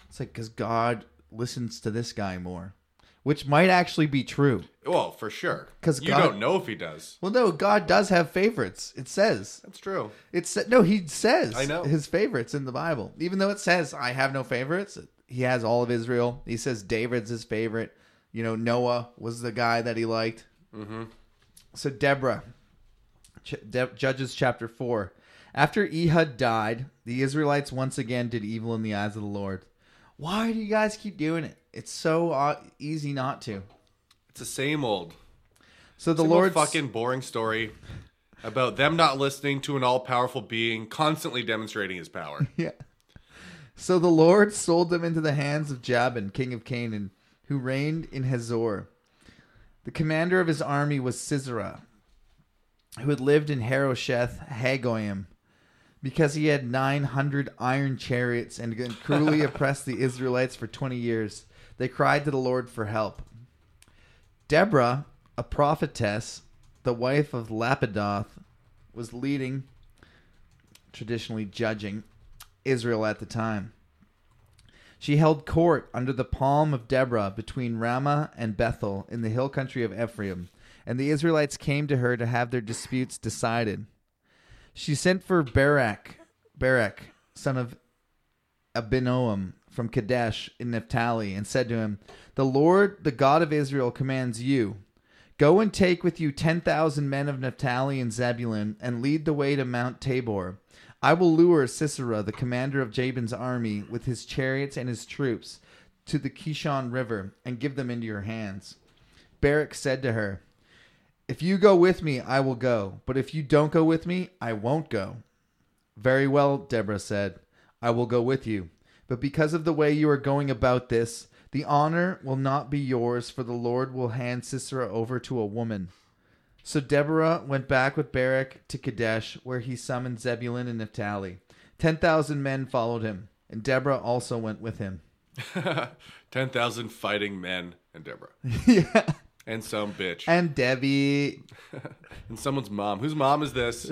Speaker 1: It's like because God listens to this guy more, which might actually be true.
Speaker 2: Well, for sure.
Speaker 1: 'Cause
Speaker 2: you
Speaker 1: God-
Speaker 2: don't know if he does.
Speaker 1: Well, no, God does have favorites. It says
Speaker 2: That's true.
Speaker 1: it's no, he says
Speaker 2: I know.
Speaker 1: his favorites in the Bible, even though it says I have no favorites. He has all of Israel. He says David's his favorite. You know, Noah was the guy that he liked.
Speaker 2: Mm-hmm.
Speaker 1: So Deborah, Ch- De- Judges chapter 4. After Ehud died, the Israelites once again did evil in the eyes of the Lord. Why do you guys keep doing it? It's so uh, easy not to.
Speaker 2: It's the same old
Speaker 1: So the
Speaker 2: same old
Speaker 1: Lord
Speaker 2: fucking boring story about them not listening to an all powerful being constantly demonstrating his power.
Speaker 1: [LAUGHS] Yeah. So the Lord sold them into the hands of Jabin, king of Canaan, who reigned in Hazor. The commander of his army was Sisera, who had lived in Harosheth Hagoyim, because he had 900 iron chariots and had cruelly oppressed the Israelites for 20 years. They cried to the Lord for help. Deborah, a prophetess, the wife of Lapidoth, was leading, traditionally judging, Israel at the time. She held court under the palm of Deborah between Ramah and Bethel in the hill country of Ephraim, and the Israelites came to her to have their disputes decided. She sent for Barak, Barak, son of Abinoam from Kadesh in Naphtali, and said to him, The Lord, the God of Israel, commands you. Go and take with you 10,000 men of Naphtali and Zebulun, and lead the way to Mount Tabor. I will lure Sisera, the commander of Jabin's army, with his chariots and his troops, to the Kishon River, and give them into your hands. Barak said to her, If you go with me, I will go, but if you don't go with me, I won't go. Very well, Deborah said. I will go with you. But because of the way you are going about this, the honor will not be yours, for the Lord will hand Sisera over to a woman. So Deborah went back with Barak to Kadesh, where he summoned Zebulun and Naphtali. Ten thousand men followed him, and Deborah also went with him.
Speaker 2: 10,000 fighting men and Deborah.
Speaker 1: [LAUGHS] yeah.
Speaker 2: And some bitch.
Speaker 1: And Debbie.
Speaker 2: And someone's mom. Whose mom
Speaker 1: [LAUGHS]
Speaker 2: is this?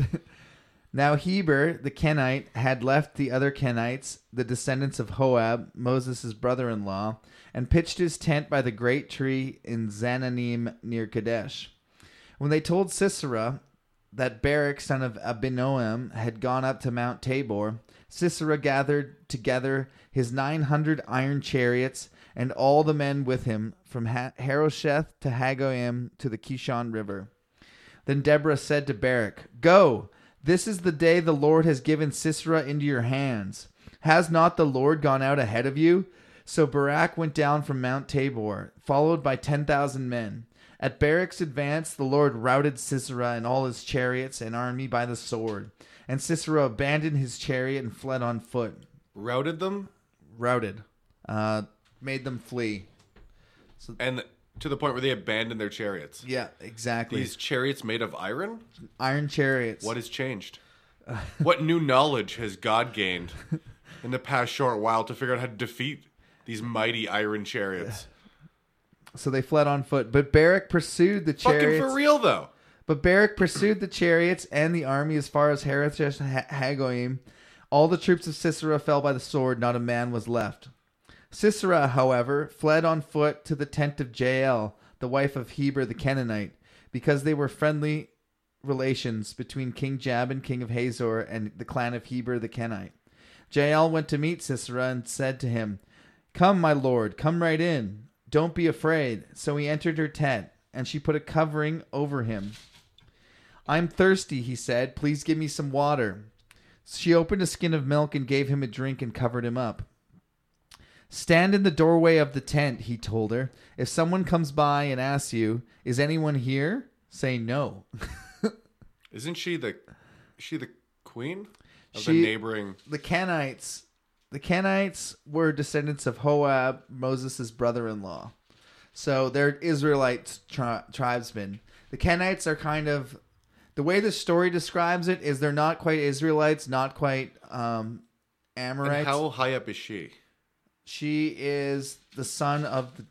Speaker 1: Now Heber, the Kenite, had left the other Kenites, the descendants of Hoab, Moses' brother in law, and pitched his tent by the great tree in Zananim near Kadesh. When they told Sisera that Barak, son of Abinoam, had gone up to Mount Tabor, Sisera gathered together his 900 iron chariots and all the men with him from ha- Harosheth to Hagoim to the Kishon River. Then Deborah said to Barak, Go, this is the day the Lord has given Sisera into your hands. Has not the Lord gone out ahead of you? So Barak went down from Mount Tabor, followed by 10,000 men. At Barak's advance, the Lord routed Sisera and all his chariots and army by the sword. And Sisera abandoned his chariot and fled on foot.
Speaker 2: Routed them?
Speaker 1: Routed. Uh, made them flee.
Speaker 2: And to the point where they abandoned their chariots.
Speaker 1: Yeah, exactly.
Speaker 2: These chariots made of iron?
Speaker 1: Iron chariots.
Speaker 2: What has
Speaker 1: [LAUGHS]
Speaker 2: changed? what new knowledge has God gained in the past short while to figure out how to defeat these mighty iron chariots?
Speaker 1: So they fled on foot. But Barak pursued the chariots.
Speaker 2: Fucking for real, though.
Speaker 1: But Barak pursued the chariots and the army as far as Harosheth Hagoyim. All the troops of Sisera fell by the sword, not a man was left. Sisera, however, fled on foot to the tent of Jael, the wife of Heber the Canaanite, because they were friendly relations between King Jab and King of Hazor and the clan of Heber the Kenite. Jael went to meet Sisera and said to him, Come, my lord, come right in. Don't be afraid. So he entered her tent, and she put a covering over him. I'm thirsty, he said. Please give me some water. She opened a skin of milk and gave him a drink and covered him up. Stand in the doorway of the tent, he told her. If someone comes by and asks you, Is anyone here? say no.
Speaker 2: Isn't she the she the queen of
Speaker 1: She-
Speaker 2: the neighboring?
Speaker 1: the Canites, the Canites were descendants of Hoab, Moses' brother-in-law. So they're Israelite tri- tribesmen. The Canites are kind of the way the story describes it is they're not quite Israelites, not quite um,
Speaker 2: and
Speaker 1: Amorites.
Speaker 2: How high up is she?
Speaker 1: she is the son of the,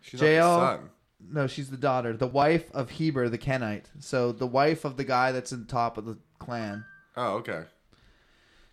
Speaker 2: She's
Speaker 1: JL.
Speaker 2: not the son.
Speaker 1: no, she's the daughter, the wife of Heber the Kenite. So the wife of the guy that's in top of the clan.
Speaker 2: Oh, okay.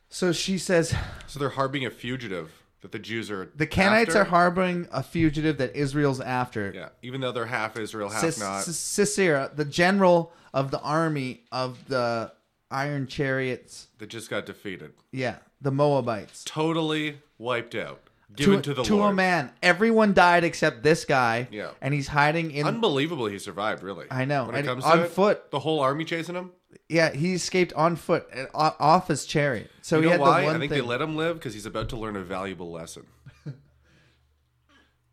Speaker 1: So she says,
Speaker 2: So they're harboring a fugitive that the Jews are.
Speaker 1: the Canites
Speaker 2: after?
Speaker 1: are harboring a fugitive that Israel's after.
Speaker 2: Yeah, even though they're half Israel, half
Speaker 1: Sis-
Speaker 2: not.
Speaker 1: Sis- Sisera, the general of the army of the Iron Chariots.
Speaker 2: that just got defeated,
Speaker 1: Yeah, the Moabites.
Speaker 2: totally wiped out, given to, the
Speaker 1: to
Speaker 2: Lord.
Speaker 1: a man, everyone died except this guy.
Speaker 2: Yeah.
Speaker 1: and he's hiding in.
Speaker 2: Unbelievable, he survived. Really,
Speaker 1: I know,
Speaker 2: When it
Speaker 1: and
Speaker 2: comes
Speaker 1: on
Speaker 2: to it,
Speaker 1: foot.
Speaker 2: the whole army chasing him.
Speaker 1: yeah, he escaped on foot and o- off his chariot. So
Speaker 2: You
Speaker 1: he
Speaker 2: know
Speaker 1: had
Speaker 2: why?
Speaker 1: the one
Speaker 2: I think
Speaker 1: thing.
Speaker 2: they let him live because he's about to learn a
Speaker 1: [LAUGHS]
Speaker 2: valuable lesson.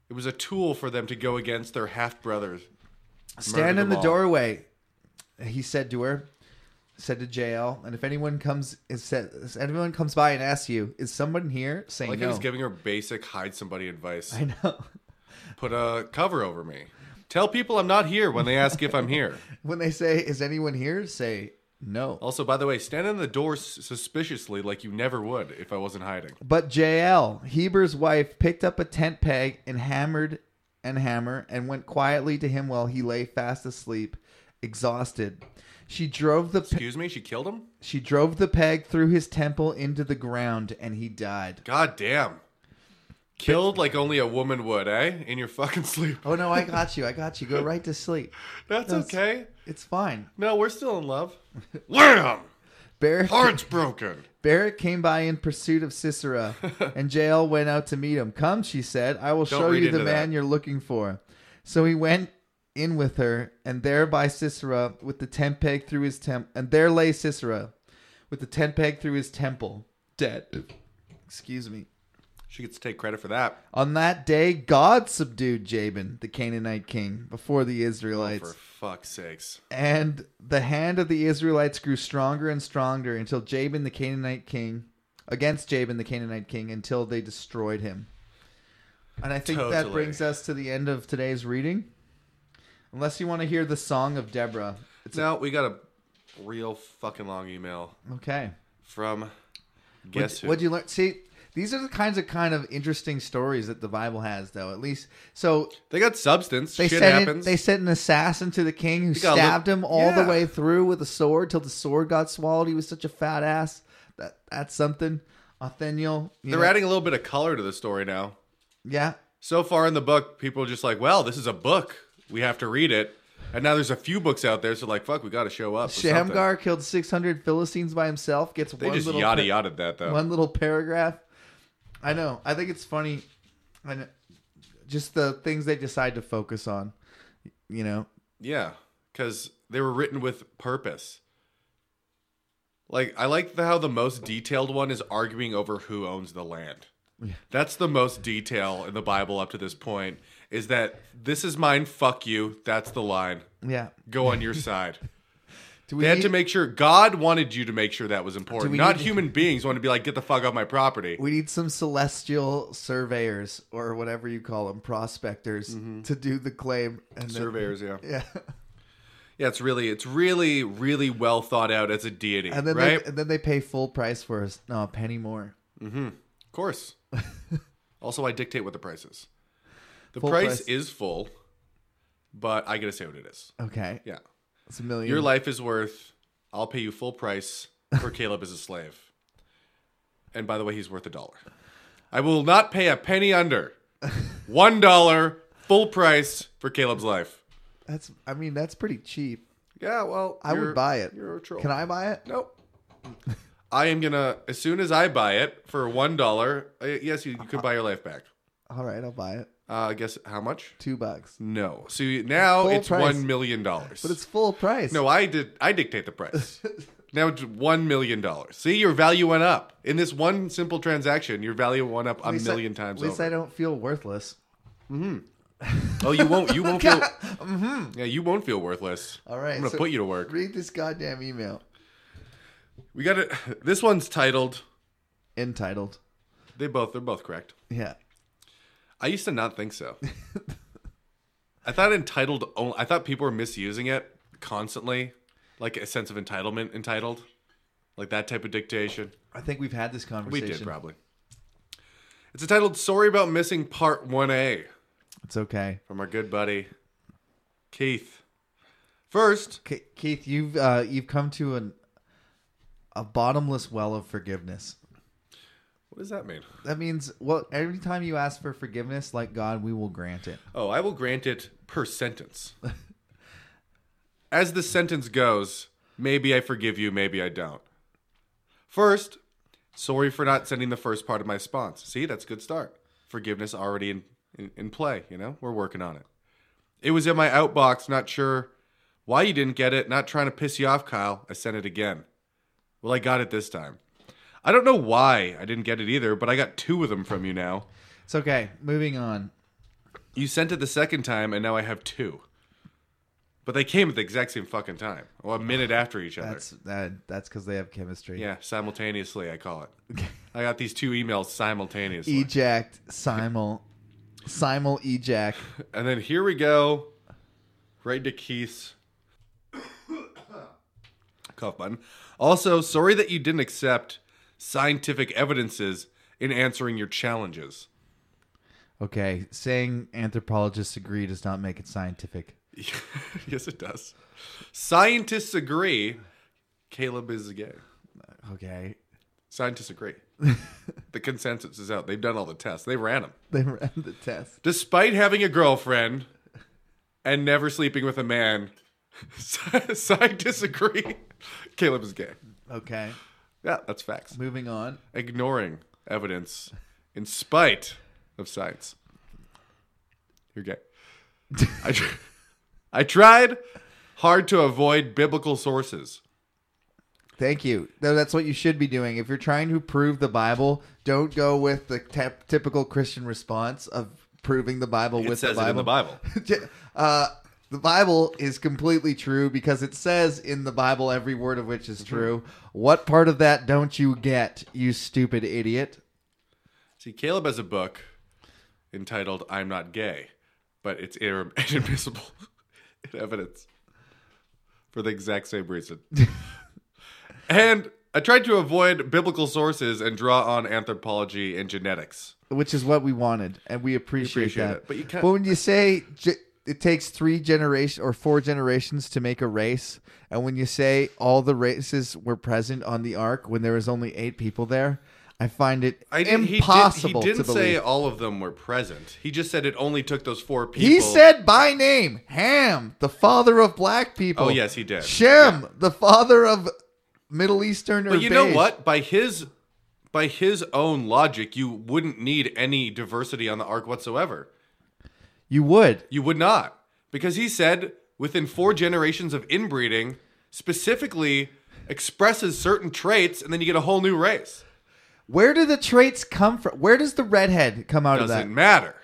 Speaker 2: it was a tool for them to go against their half brothers.
Speaker 1: Stand
Speaker 2: murder
Speaker 1: in the
Speaker 2: them all.
Speaker 1: doorway, he said to her. Said to JL, and if anyone comes, is said, if anyone comes by and asks you, is someone here? Say
Speaker 2: Like he
Speaker 1: no.
Speaker 2: was giving her basic hide somebody advice.
Speaker 1: [LAUGHS] I know.
Speaker 2: Put a cover over me. Tell people I'm not here when they ask if
Speaker 1: [LAUGHS]
Speaker 2: I'm here.
Speaker 1: when they say, "Is anyone here?" say no.
Speaker 2: Also, by the way, stand in the door s- suspiciously like you never would if I wasn't hiding.
Speaker 1: But JL, Heber's wife, picked up a tent peg and hammered and hammer and went quietly to him while he lay fast asleep, exhausted. She drove the pe-
Speaker 2: Excuse me, she killed him?
Speaker 1: she drove the peg through his temple into the ground and he died.
Speaker 2: God damn. Killed like only a woman would, eh? In your
Speaker 1: [LAUGHS]
Speaker 2: fucking sleep.
Speaker 1: Oh no, I got you. I got you. Go right to sleep.
Speaker 2: That's
Speaker 1: That's-
Speaker 2: okay.
Speaker 1: It's fine.
Speaker 2: No, we're still in love. [LAUGHS] Wham!
Speaker 1: Barrett
Speaker 2: Heart's broken.
Speaker 1: Barrett came by in pursuit of
Speaker 2: [LAUGHS]
Speaker 1: Sisera, and Jael went out to meet him. Come, she said, I will
Speaker 2: Don't
Speaker 1: show
Speaker 2: read
Speaker 1: you the
Speaker 2: into that.
Speaker 1: man you're looking for. So he went in with her, and there by Sisera, with the tent peg through his temple, and there lay Sisera, with the tent peg through his temple, dead. Excuse me.
Speaker 2: She gets to take credit for that.
Speaker 1: On that day, God subdued Jabin, the Canaanite king, before the Israelites.
Speaker 2: Oh, For fuck's sakes.
Speaker 1: And the hand of the Israelites grew stronger and stronger until Jabin the Canaanite king, against Jabin the Canaanite king, until they destroyed him. And I think that
Speaker 2: Totally.
Speaker 1: brings us to the end of today's reading. Unless you want to hear the song of Deborah. It's
Speaker 2: Now we got a real fucking long email
Speaker 1: okay.
Speaker 2: from Guess Who.
Speaker 1: What'd you learn? See, these are the kinds of kind of interesting stories that the Bible has, though. At least, so
Speaker 2: they got substance.
Speaker 1: they
Speaker 2: Shit
Speaker 1: sent in,
Speaker 2: happens.
Speaker 1: they sent an assassin to the king who
Speaker 2: got a
Speaker 1: stabbed
Speaker 2: little-
Speaker 1: him all the
Speaker 2: Yeah.
Speaker 1: way through with a sword till the sword got swallowed. He was such a fat ass. That that's something. Othniel, you
Speaker 2: They're
Speaker 1: know-
Speaker 2: adding a little bit of color to the story now.
Speaker 1: yeah.
Speaker 2: So far in the book, people are just like, well, this is a book. We have to read it. And now there's a few books out there, so like, fuck, we got to show up. with something.
Speaker 1: Shamgar killed six hundred Philistines by himself. Gets
Speaker 2: They
Speaker 1: one
Speaker 2: just
Speaker 1: little
Speaker 2: yada
Speaker 1: par-
Speaker 2: yada that though.
Speaker 1: one little paragraph. I know. I think it's funny, and just the things they decide to focus on. You know,
Speaker 2: Yeah, because they were written with purpose. Like I like the, how the most detailed one is arguing over who owns the land. That's the most detail in the Bible up to this point. Is that this is mine? Fuck you. That's the line.
Speaker 1: yeah.
Speaker 2: Go
Speaker 1: [LAUGHS]
Speaker 2: on your side.
Speaker 1: Do we
Speaker 2: They had
Speaker 1: need,
Speaker 2: to make sure God wanted you to make sure that was important.
Speaker 1: we
Speaker 2: Not
Speaker 1: need to- [LAUGHS]
Speaker 2: human beings wanted to be like, get the fuck off my property.
Speaker 1: we need some celestial surveyors or whatever you call them, prospectors,
Speaker 2: Mm-hmm.
Speaker 1: to do the claim and then-
Speaker 2: Surveyors, yeah,
Speaker 1: [LAUGHS]
Speaker 2: [LAUGHS]
Speaker 1: Yeah,
Speaker 2: yeah. It's really, it's really, really well thought out as a deity,
Speaker 1: and then
Speaker 2: right?
Speaker 1: they, and then they pay full price for us. No, a penny more.
Speaker 2: Of course. [LAUGHS] also, I dictate what the price is. The
Speaker 1: Full
Speaker 2: price,
Speaker 1: price.
Speaker 2: is full, but I gotta say what it is.
Speaker 1: Okay,
Speaker 2: Yeah,
Speaker 1: it's a million.
Speaker 2: your life is worth. I'll pay you full price for Caleb as a slave. And by the way, he's worth a dollar. I will not pay a
Speaker 1: [LAUGHS]
Speaker 2: penny under. One dollar full price for Caleb's life.
Speaker 1: That's. I mean, that's pretty cheap.
Speaker 2: Yeah, well,
Speaker 1: I
Speaker 2: you're-
Speaker 1: would buy it.
Speaker 2: You're a troll.
Speaker 1: Can I buy it?
Speaker 2: Nope. I am gonna as soon as I buy it for one dollar. uh, Yes, you, you could buy your life back.
Speaker 1: All right, I'll buy it.
Speaker 2: Uh, guess how much?
Speaker 1: Two bucks,
Speaker 2: No. So you- now
Speaker 1: Full
Speaker 2: it's
Speaker 1: price.
Speaker 2: one million dollars.
Speaker 1: but it's full price.
Speaker 2: no, I did. I dictate
Speaker 1: [LAUGHS]
Speaker 2: the price. now it's one million dollars. See, your value went up in this one simple transaction. Your value went up a
Speaker 1: At least
Speaker 2: million
Speaker 1: I,
Speaker 2: times.
Speaker 1: At least
Speaker 2: over.
Speaker 1: I don't feel worthless.
Speaker 2: Oh, you won't.
Speaker 1: [LAUGHS]
Speaker 2: You won't feel. Yeah, you won't feel worthless.
Speaker 1: Mm-hmm. All right,
Speaker 2: I'm gonna
Speaker 1: so-
Speaker 2: put you to work.
Speaker 1: Read this goddamn email.
Speaker 2: We got it. [LAUGHS] This one's titled.
Speaker 1: Entitled.
Speaker 2: They both. They're both correct.
Speaker 1: Yeah.
Speaker 2: I used to not think so. I thought entitled. Only, I thought people were misusing it constantly, like a sense of entitlement, entitled, like that type of dictation.
Speaker 1: I think we've had this
Speaker 2: We
Speaker 1: conversation.
Speaker 2: did probably. It's entitled "Sorry About Missing Part One A"
Speaker 1: It's okay.
Speaker 2: from our good buddy Keith. First,
Speaker 1: K- Keith, you've uh, you've come to an a bottomless well of forgiveness.
Speaker 2: what does that mean?
Speaker 1: That means well, every time you ask for forgiveness, like God, we will grant it.
Speaker 2: Oh, I will grant it per sentence. [LAUGHS] As the sentence goes, maybe I forgive you, maybe I don't. First, sorry for not sending the first part of my response. See, that's a good start. Forgiveness already in, in, in play, you know? We're working on it. It was in my outbox, not sure why you didn't get it, not trying to piss you off, Kyle. I sent it again. Well, I got it this time. I don't know why I didn't get it either, but I got two of them from you now.
Speaker 1: It's okay. Moving on.
Speaker 2: You sent it the second time, and now I have two. But they came at the exact same fucking time, or a minute after each other.
Speaker 1: That's that. That's because they have chemistry.
Speaker 2: yeah, simultaneously, I call it. [LAUGHS] I got these two emails simultaneously,
Speaker 1: Eject simul, simul eject.
Speaker 2: and then here we go, right to Keith's [COUGHS] cough button. Also, sorry that you didn't accept scientific evidences in answering your challenges. [LAUGHS]
Speaker 1: Okay, saying anthropologists agree does not make it scientific.
Speaker 2: yes, it does. Scientists agree. Caleb is gay.
Speaker 1: Okay,
Speaker 2: Scientists agree. [LAUGHS] the consensus is out. They've done all the tests. They ran them.
Speaker 1: they ran the test.
Speaker 2: Despite having a girlfriend and never sleeping with a man, [LAUGHS] sci- scientists agree. Caleb is gay.
Speaker 1: Okay,
Speaker 2: Yeah, that's facts.
Speaker 1: moving on.
Speaker 2: Ignoring evidence in spite of science. You're gay. I, tr- I tried hard to avoid biblical sources.
Speaker 1: Thank you. No, that's what you should be doing. If you're trying to prove the Bible, don't go with the tep- typical Christian response of proving the Bible
Speaker 2: It
Speaker 1: with the
Speaker 2: says
Speaker 1: Bible.
Speaker 2: it in the Bible.
Speaker 1: [LAUGHS] uh, the Bible is completely true because it says in the Bible every word of which
Speaker 2: Mm-hmm.
Speaker 1: is true. What part of that don't you get, you stupid idiot?
Speaker 2: See, Caleb has a book entitled "I'm Not Gay," but it's ir- [LAUGHS] inadmissible in evidence for the exact
Speaker 1: [LAUGHS]
Speaker 2: same reason. and I tried to avoid biblical sources and draw on anthropology and genetics.
Speaker 1: Which is what we wanted, and we appreciate,
Speaker 2: Appreciate
Speaker 1: that.
Speaker 2: it, but you can't-
Speaker 1: when you say ge- it takes three generation or four generations to make a race, and when you say all the races were present on the ark when there was only eight people there, I find it
Speaker 2: I didn't- he did-
Speaker 1: impossible
Speaker 2: He, didn't
Speaker 1: to
Speaker 2: say
Speaker 1: believe.
Speaker 2: all of them were present. He just said it only took those four people.
Speaker 1: He said by name Ham, the father of black people.
Speaker 2: "Oh yes, he did."
Speaker 1: Shem, the father of Middle Eastern.
Speaker 2: But you know what? By his by his own logic, you wouldn't need any diversity on the ark whatsoever.
Speaker 1: You would.
Speaker 2: You would not, because he said within four generations of inbreeding, specifically expresses certain traits, and then you get a whole new race.
Speaker 1: Where do the traits come from? Where does the redhead come out of that?
Speaker 2: Doesn't matter.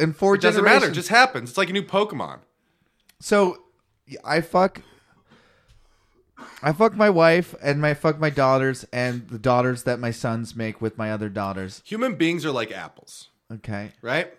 Speaker 1: In four
Speaker 2: It doesn't matter.
Speaker 1: generations.
Speaker 2: It just happens. It's like a new Pokemon.
Speaker 1: So I fuck I fuck my wife and I fuck my daughters and the daughters that my sons make with my other daughters.
Speaker 2: Human beings are like apples,
Speaker 1: Okay.
Speaker 2: right?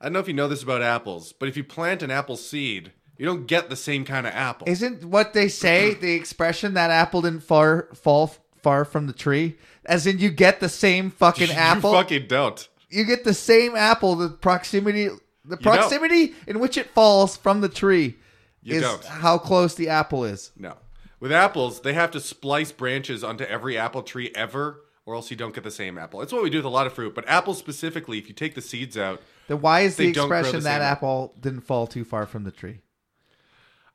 Speaker 2: I don't know if you know this about apples, but if you plant an apple seed, you don't get the same kind of apple.
Speaker 1: Isn't what they say the expression that apple didn't far fall f- far from the tree? As in you get the same fucking apple.
Speaker 2: [LAUGHS] You fucking don't.
Speaker 1: you get the same apple the proximity the proximity in which it falls from the tree
Speaker 2: You
Speaker 1: is
Speaker 2: don't.
Speaker 1: how close the apple is.
Speaker 2: No. With apples, they have to splice branches onto every apple tree ever or else you don't get the same apple. It's what we do with a lot of fruit, but apples specifically, if you take the seeds out,
Speaker 1: Then why is the
Speaker 2: They don't grow
Speaker 1: expression
Speaker 2: the
Speaker 1: that
Speaker 2: same.
Speaker 1: apple didn't fall too far from the tree?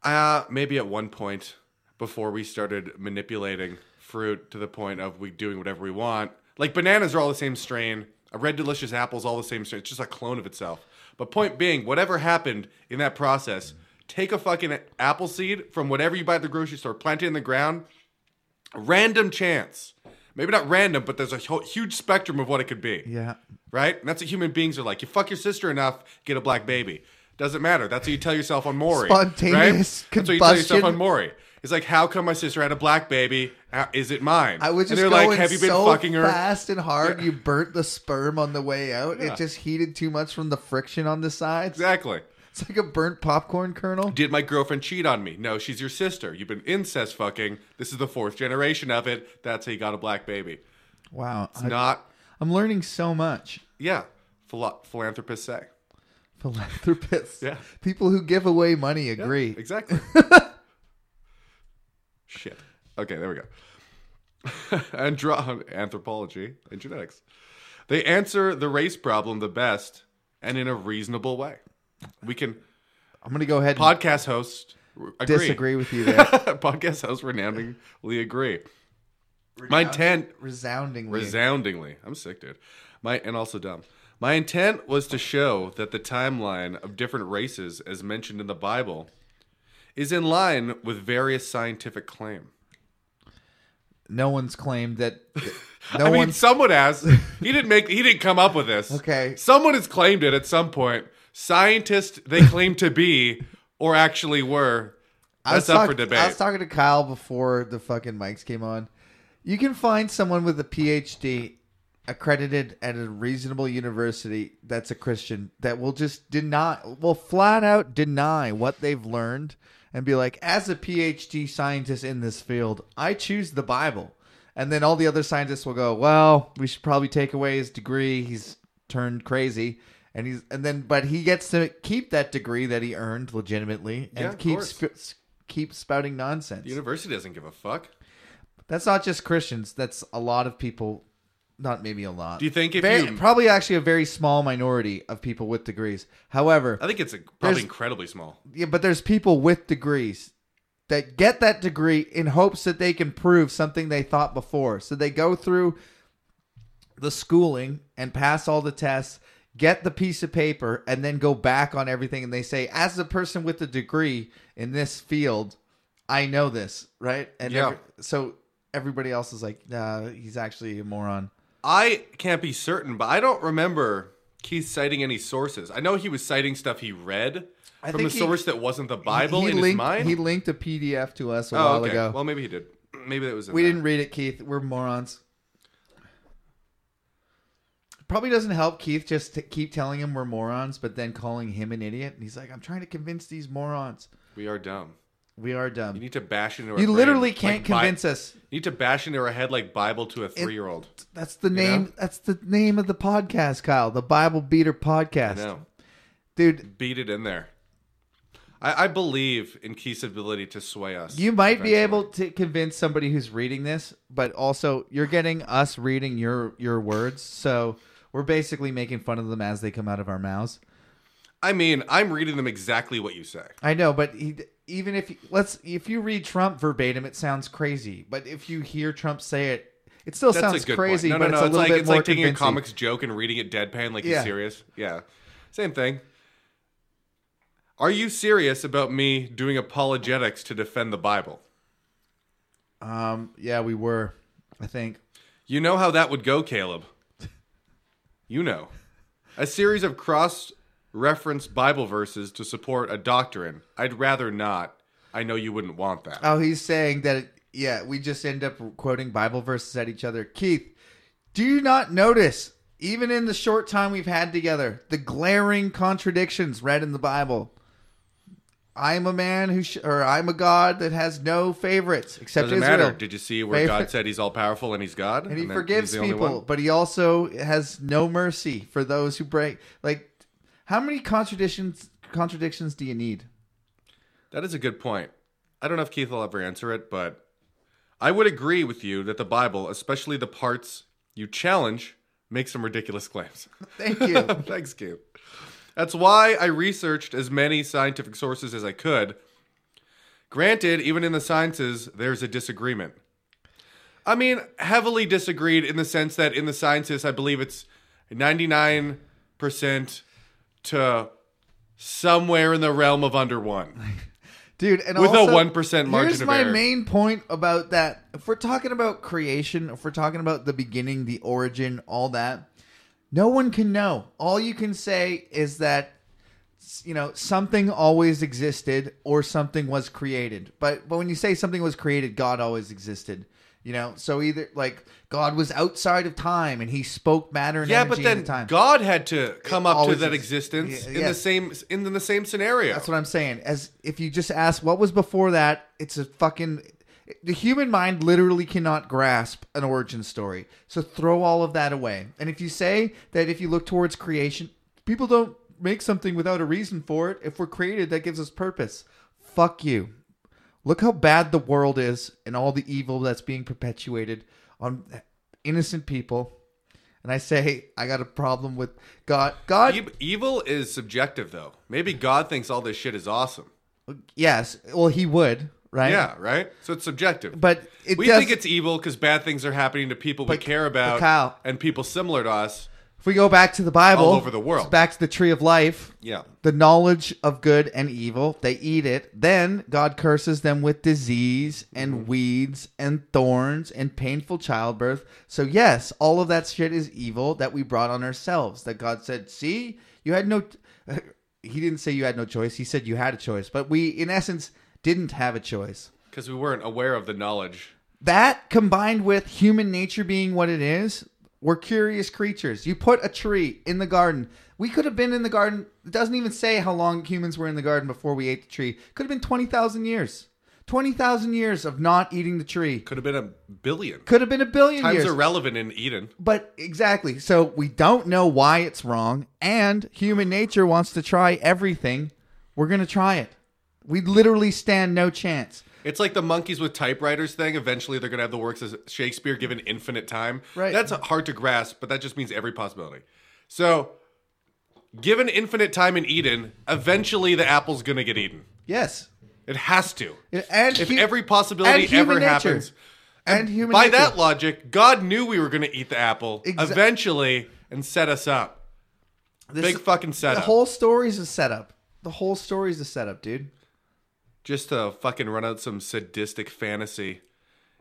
Speaker 2: uh, maybe at one point before we started manipulating fruit to the point of we doing whatever we want, like bananas are all the same strain, a red delicious apple's all the same strain. It's just a clone of itself. But point being, whatever happened in that process, take a fucking apple seed from whatever you buy at the grocery store, plant it in the ground, random chance. Maybe not random, but there's a hu- huge spectrum of what it could be.
Speaker 1: Yeah.
Speaker 2: right? And that's what human beings are like. You fuck your sister enough, get a black baby. Doesn't matter. That's what you tell yourself on Maury.
Speaker 1: Spontaneous
Speaker 2: right? That's what you tell yourself
Speaker 1: combustion.
Speaker 2: on Maury. It's like, how come my sister had a black baby? How- Is it mine?
Speaker 1: I was just
Speaker 2: and they're
Speaker 1: going
Speaker 2: like, have you been
Speaker 1: so
Speaker 2: fucking her?
Speaker 1: fast and hard. You burnt the sperm on the way out. It just heated too much from the friction on the sides.
Speaker 2: Exactly.
Speaker 1: It's like a burnt popcorn kernel.
Speaker 2: Did my girlfriend cheat on me? No, she's your sister. You've been incest fucking. This is the fourth generation of it. That's how you got a black baby.
Speaker 1: Wow, I,
Speaker 2: It's not,
Speaker 1: am learning so much.
Speaker 2: yeah, philo- philanthropists say.
Speaker 1: Philanthropists,
Speaker 2: Yeah.
Speaker 1: people who give away money
Speaker 2: Yeah,
Speaker 1: agree. [LAUGHS]
Speaker 2: Exactly. Shit. Okay, there we go. [LAUGHS] and draw anthropology and genetics. They answer the race problem the best and in a reasonable way. We can
Speaker 1: I'm gonna go ahead and
Speaker 2: podcast host r- agree.
Speaker 1: disagree
Speaker 2: [LAUGHS]
Speaker 1: with you there.
Speaker 2: podcast host renowningly agree. My intent
Speaker 1: Resoundingly,
Speaker 2: resoundingly. I'm sick, dude. My and also dumb. My intent was to show that the timeline of different races, as mentioned in the Bible, is in line with various scientific claim.
Speaker 1: no one's claimed that. No
Speaker 2: [LAUGHS] I mean,
Speaker 1: one's.
Speaker 2: someone has. He didn't make. He didn't come up with this.
Speaker 1: Okay.
Speaker 2: Someone has claimed it at some point. Scientists they claim to be or actually were.
Speaker 1: I was
Speaker 2: That's up for
Speaker 1: talk-
Speaker 2: debate.
Speaker 1: I was talking to Kyle before the fucking mics came on. You can find someone with a PhD accredited at a reasonable university that's a Christian that will just deny, will flat out deny what they've learned and be like, as a PhD scientist in this field, I choose the Bible. And then all the other scientists will go, well, we should probably take away his degree. He's turned crazy. And he's, and then, but he gets to keep that degree that he earned legitimately
Speaker 2: Yeah,
Speaker 1: and
Speaker 2: of
Speaker 1: keep
Speaker 2: course.
Speaker 1: sp- s- keep spouting nonsense.
Speaker 2: the university doesn't give a fuck.
Speaker 1: that's not just Christians. That's a lot of people. Not maybe a lot.
Speaker 2: Do you think if
Speaker 1: Very-
Speaker 2: you?
Speaker 1: probably actually a very small minority of people with degrees. However,
Speaker 2: I think it's a,
Speaker 1: There's-
Speaker 2: probably incredibly small.
Speaker 1: yeah, but there's people with degrees that get that degree in hopes that they can prove something they thought before. So they go through the schooling and pass all the tests, get the piece of paper, and then go back on everything. And they say, as a person with a degree in this field, I know this, right? And
Speaker 2: Yeah.
Speaker 1: every- so everybody else is like, nah, he's actually a moron.
Speaker 2: I can't be certain, but I don't remember Keith citing any sources. I know he was citing stuff he read
Speaker 1: I
Speaker 2: from
Speaker 1: think
Speaker 2: a
Speaker 1: he-
Speaker 2: source that wasn't the Bible
Speaker 1: he
Speaker 2: in
Speaker 1: linked,
Speaker 2: his mind.
Speaker 1: He linked a PDF to us a
Speaker 2: oh,
Speaker 1: while
Speaker 2: okay.
Speaker 1: ago.
Speaker 2: Well, maybe he did. Maybe that was. In
Speaker 1: We
Speaker 2: there.
Speaker 1: didn't read it, Keith. We're morons. Probably doesn't help Keith just to keep telling him we're morons, but then calling him an idiot. And he's like, I'm trying to convince these morons.
Speaker 2: We are dumb.
Speaker 1: We are
Speaker 2: You
Speaker 1: dumb.
Speaker 2: need to bash into. Our
Speaker 1: You
Speaker 2: brain,
Speaker 1: literally
Speaker 2: like
Speaker 1: can't
Speaker 2: Bi-
Speaker 1: convince us.
Speaker 2: you need to bash into our head like Bible to a three-year-old.
Speaker 1: That's the name. That's the name of the podcast, Kyle. The Bible Beater
Speaker 2: I
Speaker 1: Podcast,
Speaker 2: know.
Speaker 1: dude.
Speaker 2: Beat it in there. I, I believe in Keith's ability to sway us.
Speaker 1: You might be
Speaker 2: eventually.
Speaker 1: able to convince somebody who's reading this, but also you're getting us reading your your words, so we're basically making fun of them as they come out of our mouths.
Speaker 2: I mean, I'm reading them exactly what you say.
Speaker 1: I know, but he, even if you, let's if you read Trump verbatim, it sounds crazy. But if you hear Trump say it, it still
Speaker 2: That's
Speaker 1: sounds
Speaker 2: a good
Speaker 1: crazy.
Speaker 2: point.
Speaker 1: but
Speaker 2: No, no,
Speaker 1: it's
Speaker 2: no.
Speaker 1: a little
Speaker 2: It's, like
Speaker 1: bit
Speaker 2: it's
Speaker 1: more
Speaker 2: like taking
Speaker 1: convincing.
Speaker 2: a comics joke and reading it deadpan like
Speaker 1: Yeah.
Speaker 2: he's serious. Yeah, same thing. Are you serious about me doing apologetics to defend the Bible?
Speaker 1: Um, yeah, we were. I think
Speaker 2: You know how that would go, Caleb. You know. A series of cross reference Bible verses to support a doctrine. I'd rather not. I know you wouldn't want that.
Speaker 1: Oh, he's saying that. It, yeah, we just end up quoting Bible verses at each other. Keith, do you not notice, even in the short time we've had together, the glaring contradictions read in the Bible? I'm a man who, sh- or I'm a God that has no favorites except
Speaker 2: Doesn't
Speaker 1: Israel.
Speaker 2: matter. Did you see where
Speaker 1: Favorite-
Speaker 2: God said he's all powerful and he's God?
Speaker 1: and he
Speaker 2: then
Speaker 1: forgives
Speaker 2: he's the only
Speaker 1: people,
Speaker 2: one?
Speaker 1: but he also has no mercy for those who break. Like, how many contradictions contradictions do you need?
Speaker 2: That is a good point. I don't know if Keith will ever answer it, but I would agree with you that the Bible, especially the parts You challenge, make some ridiculous claims. [LAUGHS]
Speaker 1: Thank you.
Speaker 2: Thanks, Cam. That's why I researched as many scientific sources as I could. Granted, even in the sciences, there's a disagreement. I mean, heavily disagreed in the sense that in the sciences, I believe it's 99% to somewhere in the realm of under one.
Speaker 1: Dude, and
Speaker 2: With a
Speaker 1: also,
Speaker 2: 1% margin
Speaker 1: Here's
Speaker 2: of
Speaker 1: my
Speaker 2: error.
Speaker 1: main point about that. If we're talking about creation, if we're talking about the beginning, the origin, all that, no one can know. All you can say is that you know something always existed or something was created. But but when you say something was created, God always existed. You know, so either like God was outside of time and He spoke matter and
Speaker 2: Yeah,
Speaker 1: energy
Speaker 2: but then
Speaker 1: into time.
Speaker 2: God had to come up to
Speaker 1: always
Speaker 2: that
Speaker 1: is-
Speaker 2: existence
Speaker 1: yeah,
Speaker 2: in the
Speaker 1: yes.
Speaker 2: same in the same scenario.
Speaker 1: That's what I'm saying. As if you just ask what was before that, it's a fucking the human mind literally cannot grasp an origin story. So throw all of that away. And if you say that if you look towards creation, people don't make something without a reason for it. If we're created, that gives us purpose. Fuck you. Look how bad the world is and all the evil that's being perpetuated on innocent people. And I say I got a problem with God. God
Speaker 2: E- Evil is subjective, though. Maybe God thinks all this shit is awesome.
Speaker 1: Yes. Well, he would, right?
Speaker 2: Yeah, right. So it's subjective.
Speaker 1: But it
Speaker 2: we
Speaker 1: does,
Speaker 2: think it's evil because bad things are happening to people we
Speaker 1: But-
Speaker 2: care about
Speaker 1: but Kyle-
Speaker 2: and people similar to us.
Speaker 1: if we go back to the Bible,
Speaker 2: all over the world.
Speaker 1: it's back to the tree of life,
Speaker 2: Yeah.
Speaker 1: the knowledge of good and evil, they eat it. Then God curses them with disease
Speaker 2: Mm-hmm.
Speaker 1: and weeds and thorns and painful childbirth. So, yes, all of that shit is evil that we brought on ourselves. That God said, See, you had no. [LAUGHS] He didn't say you had no choice. He said you had a choice. But we, in essence, didn't have a choice.
Speaker 2: Because we weren't aware of the knowledge.
Speaker 1: That combined with human nature being what it is, we're curious creatures. You put a tree in the garden. We could have been in the garden. It doesn't even say how long humans were in the garden before we ate the tree. Could have been 20,000 years. 20,000 years of not eating the tree.
Speaker 2: Could have been a billion.
Speaker 1: Could have been a billion
Speaker 2: Times
Speaker 1: years.
Speaker 2: irrelevant in Eden.
Speaker 1: But exactly. So we don't know why it's wrong, and human nature wants to try everything. We're going to try it. We literally stand no chance.
Speaker 2: It's like the monkeys with typewriters thing. Eventually, they're going to have the works of Shakespeare given infinite time.
Speaker 1: Right.
Speaker 2: That's hard to grasp, but that just means every possibility. So, given infinite time in Eden, eventually the apple's going to get eaten.
Speaker 1: Yes.
Speaker 2: It has to.
Speaker 1: And
Speaker 2: if
Speaker 1: hu-
Speaker 2: every possibility
Speaker 1: and
Speaker 2: ever
Speaker 1: human nature.
Speaker 2: happens,
Speaker 1: and human
Speaker 2: by
Speaker 1: nature.
Speaker 2: that logic, God knew we were going to eat the apple
Speaker 1: Exa-
Speaker 2: eventually and set us up.
Speaker 1: This
Speaker 2: Big
Speaker 1: is-
Speaker 2: fucking
Speaker 1: The
Speaker 2: setup,
Speaker 1: whole story's a setup. The whole story's a setup, dude.
Speaker 2: just to fucking run out some sadistic fantasy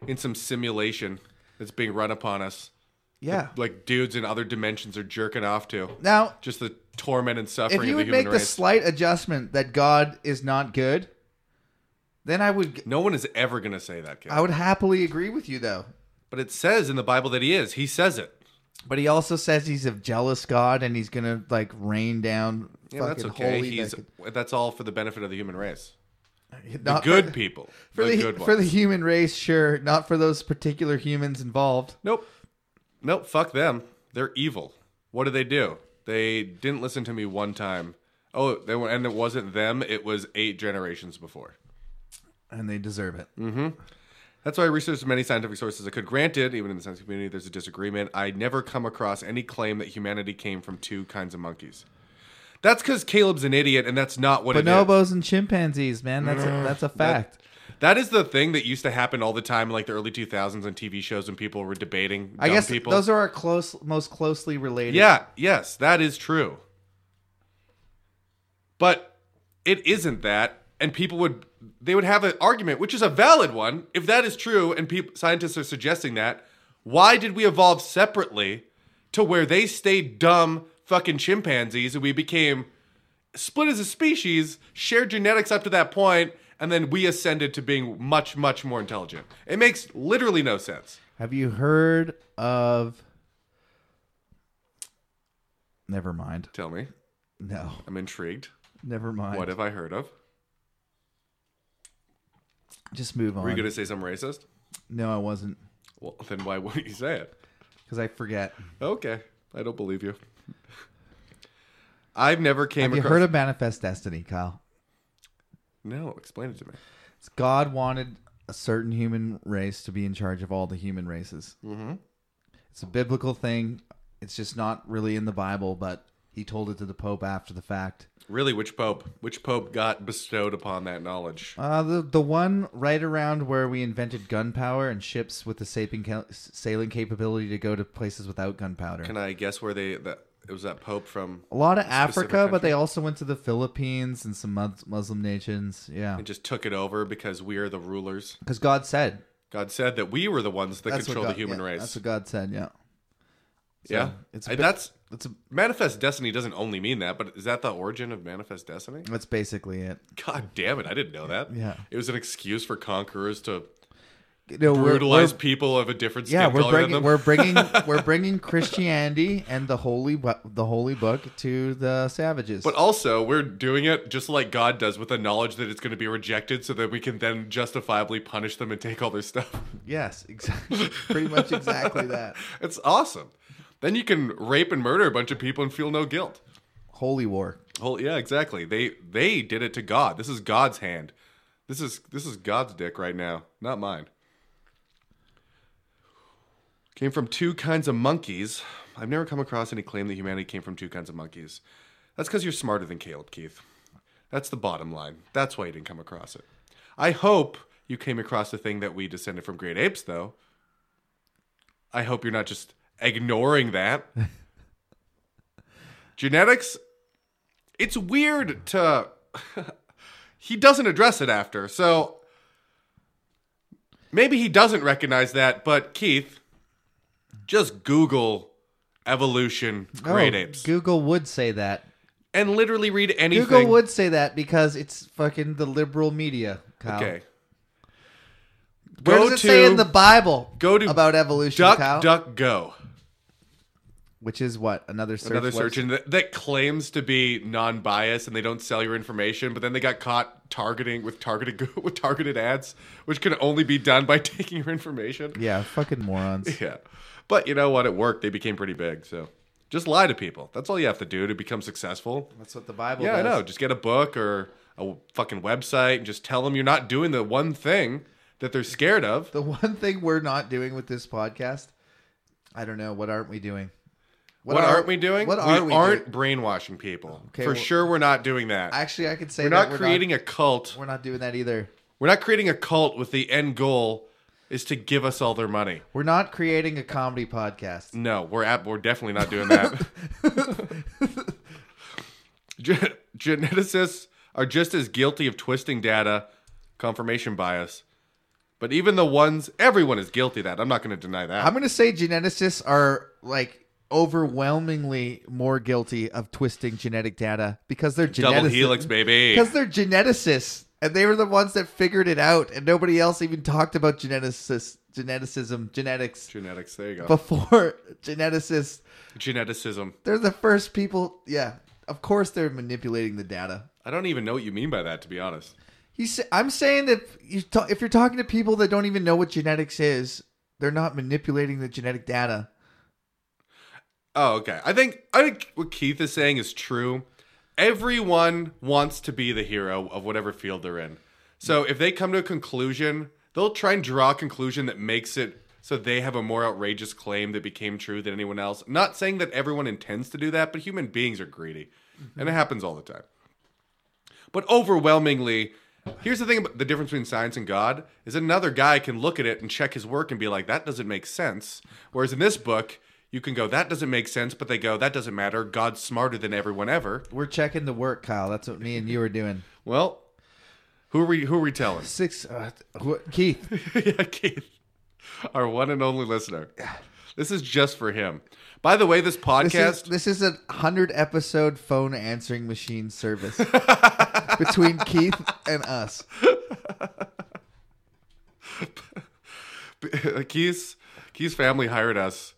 Speaker 2: in some simulation that's being run upon us.
Speaker 1: Yeah.
Speaker 2: Like dudes in other dimensions are jerking off to.
Speaker 1: Now,
Speaker 2: Just the torment and
Speaker 1: if
Speaker 2: suffering
Speaker 1: you
Speaker 2: of the
Speaker 1: would
Speaker 2: human
Speaker 1: make the
Speaker 2: race.
Speaker 1: slight adjustment that God is not good, then I would
Speaker 2: no one is ever going to say that, kid.
Speaker 1: I would happily agree with you though.
Speaker 2: but it says in the Bible that he is. He says it.
Speaker 1: But he also says he's a jealous God and he's gonna like rain down
Speaker 2: Yeah,
Speaker 1: fucking
Speaker 2: that's okay.
Speaker 1: holy.
Speaker 2: He's, that's all for the benefit of the human race.
Speaker 1: not
Speaker 2: good
Speaker 1: for,
Speaker 2: people.
Speaker 1: [LAUGHS] for
Speaker 2: the,
Speaker 1: the,
Speaker 2: good ones.
Speaker 1: for the human race, sure. Not for those particular humans involved.
Speaker 2: nope. Nope. Fuck them. They're evil. What do they do? They didn't listen to me one time. Oh, they were, and it wasn't them. It was eight generations before.
Speaker 1: And they deserve it.
Speaker 2: That's why I researched as many scientific sources as I could. Granted, even in the science community, there's a disagreement. I never come across any claim that humanity came from two kinds of monkeys. That's because Caleb's an idiot, and that's not what it is.
Speaker 1: Bonobos and chimpanzees, man. That's
Speaker 2: Mm.
Speaker 1: a, that's a fact.
Speaker 2: That is the thing that used to happen all the time in like the early 2000s on TV shows when people were debating.
Speaker 1: I
Speaker 2: dumb
Speaker 1: guess
Speaker 2: people.
Speaker 1: those are our close most closely related.
Speaker 2: Yeah, yes, that is true. But it isn't that, and people would they would have an argument, which is a valid one. If that is true, and peop scientists are suggesting that, why did we evolve separately to where they stayed dumb fucking chimpanzees and we became split as a species, shared genetics up to that point, and then we ascended to being much, much more intelligent? It makes literally no sense.
Speaker 1: Have you heard of? Never mind.
Speaker 2: Tell me,
Speaker 1: No, [LAUGHS]
Speaker 2: I'm intrigued.
Speaker 1: never mind.
Speaker 2: What have I heard of?
Speaker 1: Just move
Speaker 2: Were you
Speaker 1: on.
Speaker 2: gonna say something racist?
Speaker 1: No, I wasn't
Speaker 2: Well, then why wouldn't you say it?
Speaker 1: because I forget.
Speaker 2: Okay, I don't believe you. I've never came
Speaker 1: Have you
Speaker 2: across.
Speaker 1: heard of Manifest Destiny, Kyle?
Speaker 2: No, explain it to me.
Speaker 1: It's God wanted a certain human race to be in charge of all the human races. Mm-hmm. It's a biblical thing. It's just not really in the Bible, but he told it to the Pope after the fact.
Speaker 2: Really, which pope? Which pope got bestowed upon that knowledge?
Speaker 1: Uh, the the one right around where we invented gunpowder and ships with the sailing ca- sailing capability to go to places without gunpowder.
Speaker 2: Can I guess where they that it was that pope from
Speaker 1: a lot of
Speaker 2: specific
Speaker 1: Africa, but
Speaker 2: country?
Speaker 1: they also went to the Philippines and some mus- Muslim nations. Yeah,
Speaker 2: and just took it over because we are the rulers.
Speaker 1: because God said
Speaker 2: God said that we were the ones that
Speaker 1: That's what
Speaker 2: control
Speaker 1: God-
Speaker 2: the human
Speaker 1: yeah,
Speaker 2: race.
Speaker 1: That's what God said. Yeah,
Speaker 2: yeah,
Speaker 1: it's
Speaker 2: it's
Speaker 1: a bit-
Speaker 2: that's
Speaker 1: that's a,
Speaker 2: manifest destiny doesn't only mean that, but is that the origin of manifest destiny?
Speaker 1: that's basically it.
Speaker 2: God damn it, I didn't know that.
Speaker 1: Yeah.
Speaker 2: it was an excuse for conquerors to
Speaker 1: You know, we're-
Speaker 2: brutalize
Speaker 1: we're-
Speaker 2: people of a different
Speaker 1: [LAUGHS]
Speaker 2: skin
Speaker 1: yeah, we're
Speaker 2: color than
Speaker 1: bringing
Speaker 2: them.
Speaker 1: we're bringing
Speaker 2: [LAUGHS]
Speaker 1: we're bringing Christianity and the holy bu- the holy book to the savages.
Speaker 2: But also, we're doing it just like God does, with the knowledge that it's going to be rejected, so that we can then justifiably punish them and take all their stuff. [LAUGHS]
Speaker 1: yes, exactly, [LAUGHS] pretty much exactly that.
Speaker 2: It's awesome. Then you can rape and murder a bunch of people and feel no guilt.
Speaker 1: Holy war.
Speaker 2: Well, yeah, exactly. They they did it to God. This is God's hand. This is this is God's dick right now, not mine. Came from two kinds of monkeys. I've never come across any claim that humanity came from two kinds of monkeys. That's because you're smarter than Caleb Keith. That's the bottom line. That's why you didn't come across it. I hope you came across the thing that we descended from great apes, though. I hope you're not just ignoring that. [LAUGHS] Genetics it's weird to [LAUGHS] he doesn't address it after so maybe he doesn't recognize that but keith just google evolution great
Speaker 1: Oh,
Speaker 2: apes
Speaker 1: Google would say that.
Speaker 2: and literally read anything
Speaker 1: Google would say that because it's fucking the liberal media. Kyle.
Speaker 2: okay
Speaker 1: Where
Speaker 2: go
Speaker 1: does it
Speaker 2: to
Speaker 1: say in the Bible?
Speaker 2: go to
Speaker 1: about evolution,
Speaker 2: duck
Speaker 1: Kyle?
Speaker 2: duck go
Speaker 1: Which is what another search.
Speaker 2: another
Speaker 1: website?
Speaker 2: search engine that, that claims to be non-biased and they don't sell your information but then they got caught targeting with targeted [LAUGHS] with targeted ads which can only be done by [LAUGHS] taking your information
Speaker 1: Yeah, fucking morons.
Speaker 2: [LAUGHS] Yeah. But you know what? It worked. They became pretty big. So just lie to people. That's all you have to do to become successful.
Speaker 1: That's what the Bible.
Speaker 2: Yeah, I
Speaker 1: does.
Speaker 2: know. Just get a book or a fucking website and just tell them you're not doing the one thing that they're scared of.
Speaker 1: The one thing we're not doing with this podcast, I don't know. What aren't we doing?
Speaker 2: What,
Speaker 1: are-
Speaker 2: aren't we doing?
Speaker 1: What are we?
Speaker 2: aren't
Speaker 1: doing?
Speaker 2: brainwashing people.
Speaker 1: Okay,
Speaker 2: For
Speaker 1: well-
Speaker 2: sure, we're not doing that.
Speaker 1: Actually, I could say
Speaker 2: we're
Speaker 1: that
Speaker 2: not creating a cult.
Speaker 1: We're not doing that either.
Speaker 2: We're not creating a cult with the end goal is to give us all their money.
Speaker 1: We're not creating a comedy podcast.
Speaker 2: No, we're at, we're definitely not doing that.
Speaker 1: [LAUGHS]
Speaker 2: Gen- Geneticists are just as guilty of twisting data, confirmation bias. But even the ones everyone is guilty of that. I'm not going to deny that.
Speaker 1: I'm gonna say geneticists are like overwhelmingly more guilty of twisting genetic data because they're
Speaker 2: Double
Speaker 1: genetici-
Speaker 2: helix, baby.
Speaker 1: because they're geneticists and they were the ones that figured it out and nobody else even talked about geneticists geneticism genetics
Speaker 2: Genetics. There you go.
Speaker 1: before [LAUGHS] geneticists
Speaker 2: Geneticism.
Speaker 1: they're the first people yeah of course they're manipulating the data
Speaker 2: I don't even know what you mean by that, to be honest.
Speaker 1: you say, i'm saying that if, you ta- if you're talking to people that don't even know what genetics is they're not manipulating the genetic data
Speaker 2: Oh, okay. I think I think what Keith is saying is true. Everyone wants to be the hero of whatever field they're in. So if they come to a conclusion, they'll try and draw a conclusion that makes it so they have a more outrageous claim that became true than anyone else. Not saying that everyone intends to do that, but human beings are greedy. And it happens all the time. But overwhelmingly, here's the thing about the difference between science and God is another guy can look at it and check his work and be like, that doesn't make sense. Whereas in this book, you can go, that doesn't make sense, but they go, that doesn't matter. God's smarter than everyone ever.
Speaker 1: we're checking the work kyle that's what me and you are doing
Speaker 2: Well, who are we who are we telling? [LAUGHS]
Speaker 1: six uh, wh- keith
Speaker 2: yeah, Keith. Our one and only listener. This is just for him. By the way,
Speaker 1: this
Speaker 2: this
Speaker 1: is,
Speaker 2: podcast
Speaker 1: this is a 100 episode phone answering machine
Speaker 2: [LAUGHS]
Speaker 1: service between keith and us
Speaker 2: [LAUGHS] Keith's Keith's family hired us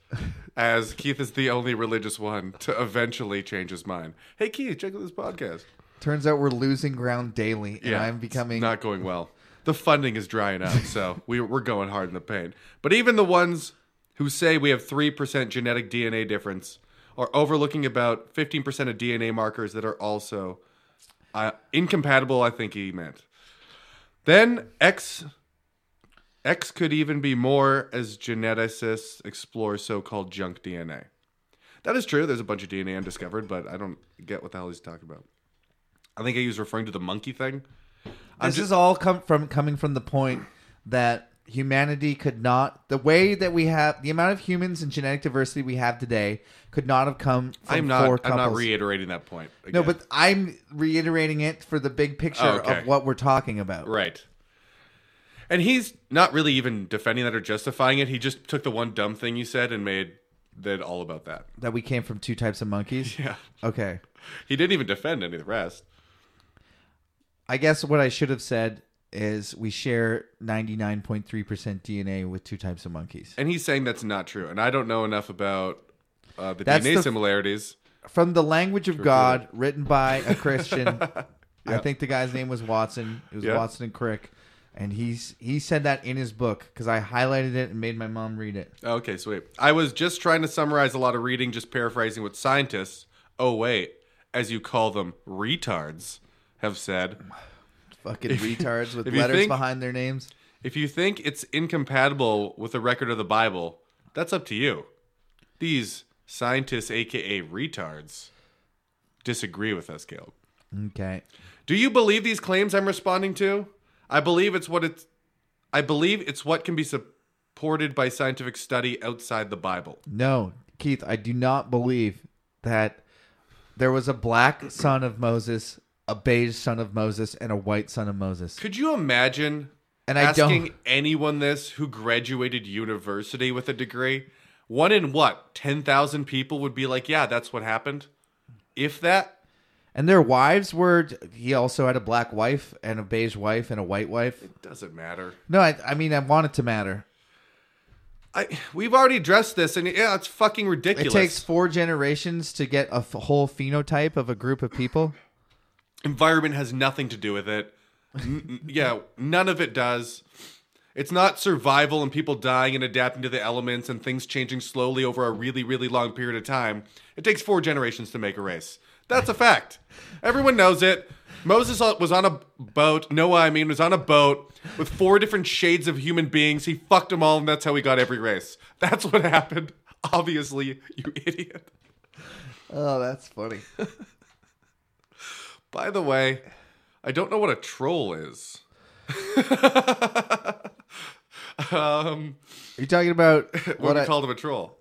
Speaker 2: as Keith is the only religious one to eventually change his mind. Hey Keith, check out this podcast.
Speaker 1: Turns out we're losing ground daily, and I'm
Speaker 2: it's
Speaker 1: becoming.
Speaker 2: not going well. The funding is drying up,
Speaker 1: [LAUGHS]
Speaker 2: so we, we're going hard in the paint. But even the ones who say we have three percent genetic DNA difference are overlooking about fifteen percent of DNA markers that are also uh, incompatible. I think he meant. Then X X could even be more as geneticists explore so called junk DNA. That is true. There's a bunch of DNA undiscovered, but I don't get what the hell he's talking about. I think he was referring to the monkey thing. I'm
Speaker 1: This
Speaker 2: just,
Speaker 1: is all come from coming from the point that humanity could not the way that we have the amount of humans and genetic diversity we have today could not have come from
Speaker 2: I'm
Speaker 1: four
Speaker 2: not. I'm
Speaker 1: couples.
Speaker 2: not reiterating that point.
Speaker 1: no,
Speaker 2: again.
Speaker 1: but I'm reiterating it for the big picture
Speaker 2: Oh, okay.
Speaker 1: of what we're talking about.
Speaker 2: Right. And he's not really even defending that or justifying it. He just took the one dumb thing you said and made that all about that.
Speaker 1: That we came from two types of monkeys.
Speaker 2: [LAUGHS] Yeah.
Speaker 1: Okay.
Speaker 2: He didn't even defend any of the rest.
Speaker 1: I guess what I should have said is we share 99.3% DNA with two types of monkeys.
Speaker 2: And he's saying that's not true. And I don't know enough about uh, the
Speaker 1: That's
Speaker 2: DNA
Speaker 1: the-
Speaker 2: similarities.
Speaker 1: From the language of God, written by a
Speaker 2: [LAUGHS]
Speaker 1: Christian. I think the guy's name was Watson. It was
Speaker 2: Yeah.
Speaker 1: Watson and Crick. And he's he said that in his book because I highlighted it and made my mom read it.
Speaker 2: Oh, Okay, sweet. I was just trying to summarize a lot of reading, just paraphrasing what scientists, oh, wait, as you call them, retards, have said.
Speaker 1: Fucking
Speaker 2: [LAUGHS]
Speaker 1: retards with
Speaker 2: if you
Speaker 1: letters
Speaker 2: think-
Speaker 1: behind their names.
Speaker 2: If you think it's incompatible with the record of the Bible, that's up to you. These scientists, aka retards, disagree with us, Caleb.
Speaker 1: Okay.
Speaker 2: Do you believe these claims I'm responding to? I believe it's what it's I believe it's what can be supported by scientific study outside the Bible.
Speaker 1: No, Keith, I do not believe that there was a black son of Moses, a beige son of Moses, and a white son of Moses.
Speaker 2: Could you imagine
Speaker 1: And I don't-
Speaker 2: asking anyone this who graduated university with a degree? One in what? 10,000 people would be like, "Yeah, that's what happened." If that
Speaker 1: And their wives were. He also had a black wife and a beige wife and a white wife.
Speaker 2: Doesn't matter.
Speaker 1: No, I, I mean I want it to matter.
Speaker 2: I we've already addressed this, and yeah, it's fucking
Speaker 1: It
Speaker 2: ridiculous.
Speaker 1: takes four generations to get a f- whole phenotype of a group of people.
Speaker 2: environment has nothing to do with it. N- n- yeah, none of it does. It's not survival and people dying and adapting to the elements and things changing slowly over a really, really long period of time. It takes four generations to make a race. That's a fact. Everyone knows it. Moses was on a boat. Noah, I mean, was on a boat with four different shades of human beings. He fucked them all, and that's how he got every race. That's what happened. Obviously, you idiot.
Speaker 1: Oh, that's funny.
Speaker 2: By the way, I don't know what a troll is. um,
Speaker 1: You're talking about
Speaker 2: what
Speaker 1: what?
Speaker 2: we
Speaker 1: I, Uh.
Speaker 2: called him a troll.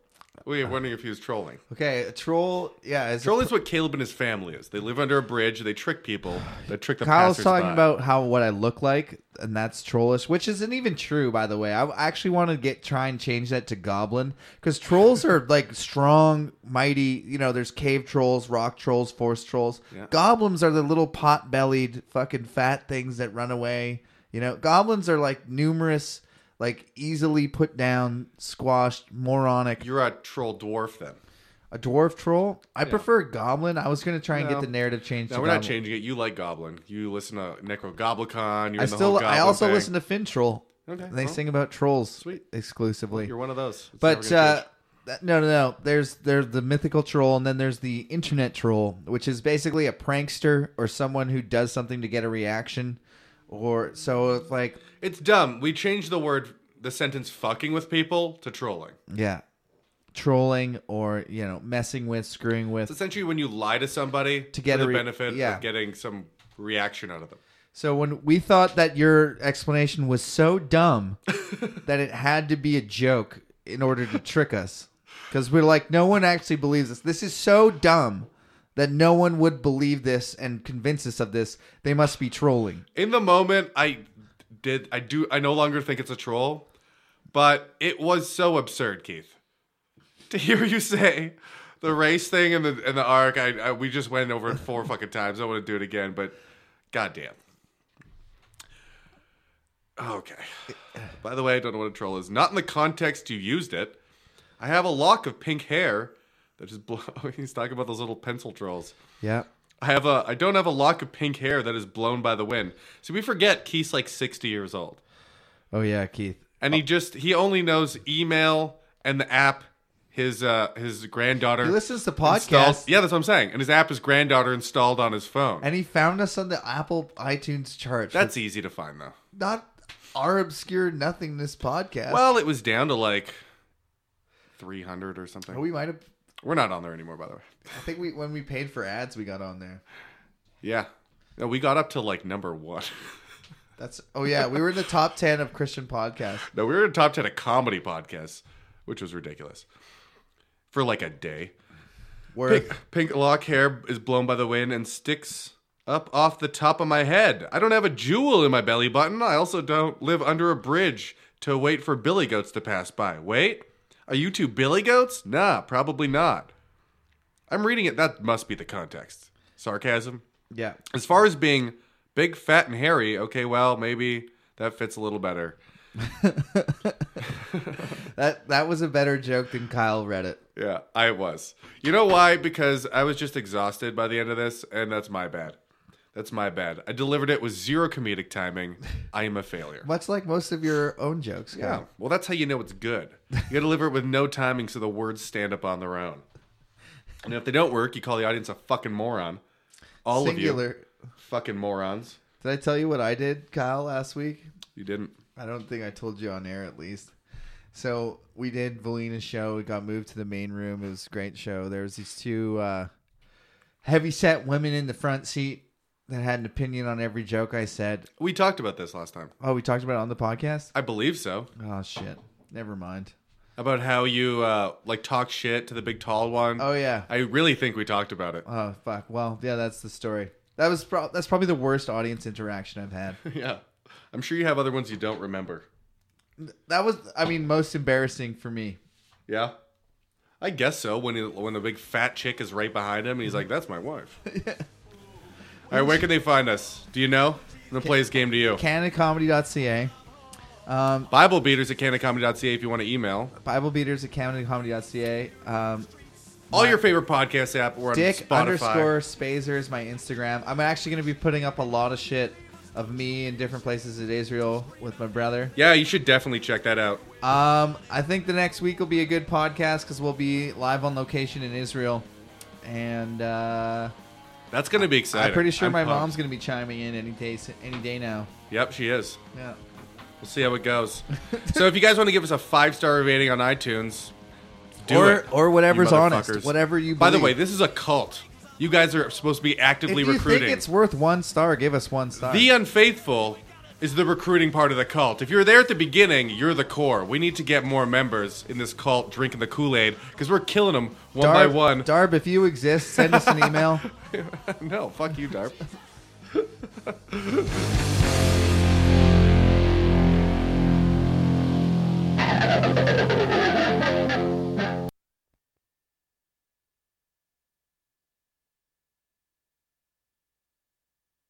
Speaker 2: We were wondering if he was trolling.
Speaker 1: okay, a troll. Yeah, is a-
Speaker 2: Troll is what Caleb and his family is. They live under a bridge. They trick people. They trick the
Speaker 1: Kyle's
Speaker 2: passersby.
Speaker 1: talking about how what I look like, and that's trollish, which isn't even true, by the way. I actually want to get try and change that to goblin because trolls are like strong, mighty. You know, there's cave trolls, rock trolls, forest trolls.
Speaker 2: Yeah.
Speaker 1: Goblins are the little pot-bellied, fucking fat things that run away. You know, goblins are like numerous, like easily put down, squashed, moronic.
Speaker 2: You're a troll dwarf then.
Speaker 1: A dwarf troll. I prefer goblin. I was gonna try and
Speaker 2: No.
Speaker 1: get the narrative changed.
Speaker 2: No,
Speaker 1: to
Speaker 2: we're
Speaker 1: goblin.
Speaker 2: not changing it. You like Goblin. You listen to Necrogoblicon. You're
Speaker 1: I
Speaker 2: in the whole
Speaker 1: still,
Speaker 2: Goblin
Speaker 1: I also
Speaker 2: thing.
Speaker 1: listen to Fin Troll.
Speaker 2: Okay,
Speaker 1: they
Speaker 2: well,
Speaker 1: sing about trolls
Speaker 2: sweet.
Speaker 1: exclusively.
Speaker 2: You're one of those. It's never
Speaker 1: but
Speaker 2: gonna
Speaker 1: uh,
Speaker 2: change.
Speaker 1: that- no, no, no. There's there's the mythical troll, and then there's the internet troll, which is basically a prankster or someone who does something to get a reaction, or so it's like
Speaker 2: it's dumb. We changed the word, the sentence "fucking with people" to trolling.
Speaker 1: yeah, trolling or you know messing with, screwing with.
Speaker 2: It's essentially when you lie to somebody to
Speaker 1: get a
Speaker 2: for the
Speaker 1: re-
Speaker 2: benefit
Speaker 1: yeah.
Speaker 2: of getting some reaction out of them.
Speaker 1: So when we thought that your explanation was so dumb that it had to be a joke in order to trick us, because we're like, no one actually believes this. This is so dumb that no one would believe this and convince us of this. They must be trolling.
Speaker 2: In the moment, I did. I do. I no longer think it's a troll, but it was so absurd, Keith. [LAUGHS] To hear you say the race thing and the and the arc, I, I we just went over it four fucking times. I want to do it again, but goddamn. Okay. By the way, I don't know what a troll is. Not in the context you used it. I have a lock of pink hair that just blow. [LAUGHS] He's talking about those little pencil trolls.
Speaker 1: Yeah.
Speaker 2: I have a I don't have a lock of pink hair that is blown by the wind. So we forget Keith's like 60 years old.
Speaker 1: Oh yeah, Keith.
Speaker 2: And he just he only knows email and the app his uh his granddaughter
Speaker 1: He listens to
Speaker 2: installed-
Speaker 1: podcasts,
Speaker 2: Yeah, that's what I'm saying. And his app his granddaughter installed on his phone.
Speaker 1: and he found us on the Apple iTunes chart.
Speaker 2: that's easy to find though.
Speaker 1: not. our obscure nothingness podcast.
Speaker 2: Well, it was down to like 300 or something.
Speaker 1: we might have.
Speaker 2: We're not on there anymore, by the way.
Speaker 1: I think we when we paid for ads, we got on there.
Speaker 2: Yeah. No, we got up to like number one. [LAUGHS]
Speaker 1: That's oh yeah, we were in the top ten of Christian podcasts.
Speaker 2: no, we were in top 10 of comedy podcasts, which was ridiculous for like a day.
Speaker 1: Where
Speaker 2: [LAUGHS] Pink, pink lock hair is blown by the wind and sticks up off the top of my head. I don't have a jewel in my belly button. I also don't live under a bridge to wait for billy goats to pass by. Wait, are you two billy goats? Nah, probably not. I'm reading it. That must be the context. Sarcasm.
Speaker 1: yeah,
Speaker 2: As far as being big, fat, and hairy, okay, well, maybe that fits a little better.
Speaker 1: that that was a better joke than Kyle read it.
Speaker 2: Yeah, I was. You know why? Because I was just exhausted by the end of this, and that's my bad. That's my bad. I delivered it with zero comedic timing. I am
Speaker 1: [LAUGHS]
Speaker 2: a failure.
Speaker 1: Much like most of your own jokes,
Speaker 2: Yeah.
Speaker 1: Kyle.
Speaker 2: Well, that's how you know it's good. You gotta deliver it with no timing so the words stand up on their own. And if they don't work, you call the audience a fucking moron. All of
Speaker 1: Singular.
Speaker 2: you fucking morons.
Speaker 1: Did I tell you what I did, Kyle, last week?
Speaker 2: You didn't.
Speaker 1: I don't think I told you on air at least. So we did Valina's show. It got moved to the main room. It was a great show. There was these two uh, heavy set women in the front seat that had an opinion on every joke I said.
Speaker 2: We talked about this last time.
Speaker 1: Oh, we talked about it on the podcast.
Speaker 2: I believe so.
Speaker 1: Oh shit, never mind.
Speaker 2: About how you uh like talk shit to the big tall one.
Speaker 1: Oh yeah.
Speaker 2: I really think we talked about it.
Speaker 1: Oh fuck. Well, yeah, that's the story. That was pro- that's probably the worst audience interaction I've had.
Speaker 2: Yeah. I'm sure you have other ones you don't remember.
Speaker 1: That was, I mean, most embarrassing for me.
Speaker 2: Yeah. I guess so. When he, when the big fat chick is right behind him and he's like, "That's
Speaker 1: [LAUGHS]
Speaker 2: my wife." All right, where can they find us? Do you know? I'm gonna play this game to you.
Speaker 1: Canadacomedy.ca,
Speaker 2: Bible beaters at canacomedy.ca if you want to email.
Speaker 1: BibleBeaters at CanadaComedy.ca. Um,
Speaker 2: All your favorite podcast app or on
Speaker 1: Dick
Speaker 2: Spotify.
Speaker 1: underscore Spazer is my Instagram. I'm actually going to be putting up a lot of shit of me in different places in Israel with my brother.
Speaker 2: Yeah, you should definitely check that out.
Speaker 1: Um, I think the next week will be a good podcast because we'll be live on location in Israel, and uh,
Speaker 2: That's gonna be exciting.
Speaker 1: I'm pretty sure
Speaker 2: I'm
Speaker 1: my
Speaker 2: pumped.
Speaker 1: mom's going to be chiming in any day any day now.
Speaker 2: Yep, she is.
Speaker 1: Yeah.
Speaker 2: We'll see how
Speaker 1: [LAUGHS]
Speaker 2: it goes. so if you guys want to give us a five star rating on iTunes, do
Speaker 1: or
Speaker 2: it.
Speaker 1: or whatever's
Speaker 2: you
Speaker 1: honest,
Speaker 2: motherfuckers.
Speaker 1: whatever you.
Speaker 2: By the way,
Speaker 1: believe.
Speaker 2: this is a cult. You guys are supposed to be
Speaker 1: if
Speaker 2: actively
Speaker 1: you
Speaker 2: recruiting.
Speaker 1: think it's worth one star, give us one star.
Speaker 2: the uh, unfaithful is the recruiting part of the cult. If you're there at the beginning, you're the core. We need to get more members in this cult drinking the Kool Aid because we're killing them one
Speaker 1: Darb, [LAUGHS]
Speaker 2: by one.
Speaker 1: Darb, if you exist, send
Speaker 2: [LAUGHS]
Speaker 1: us an email.
Speaker 2: no, fuck you, Darp.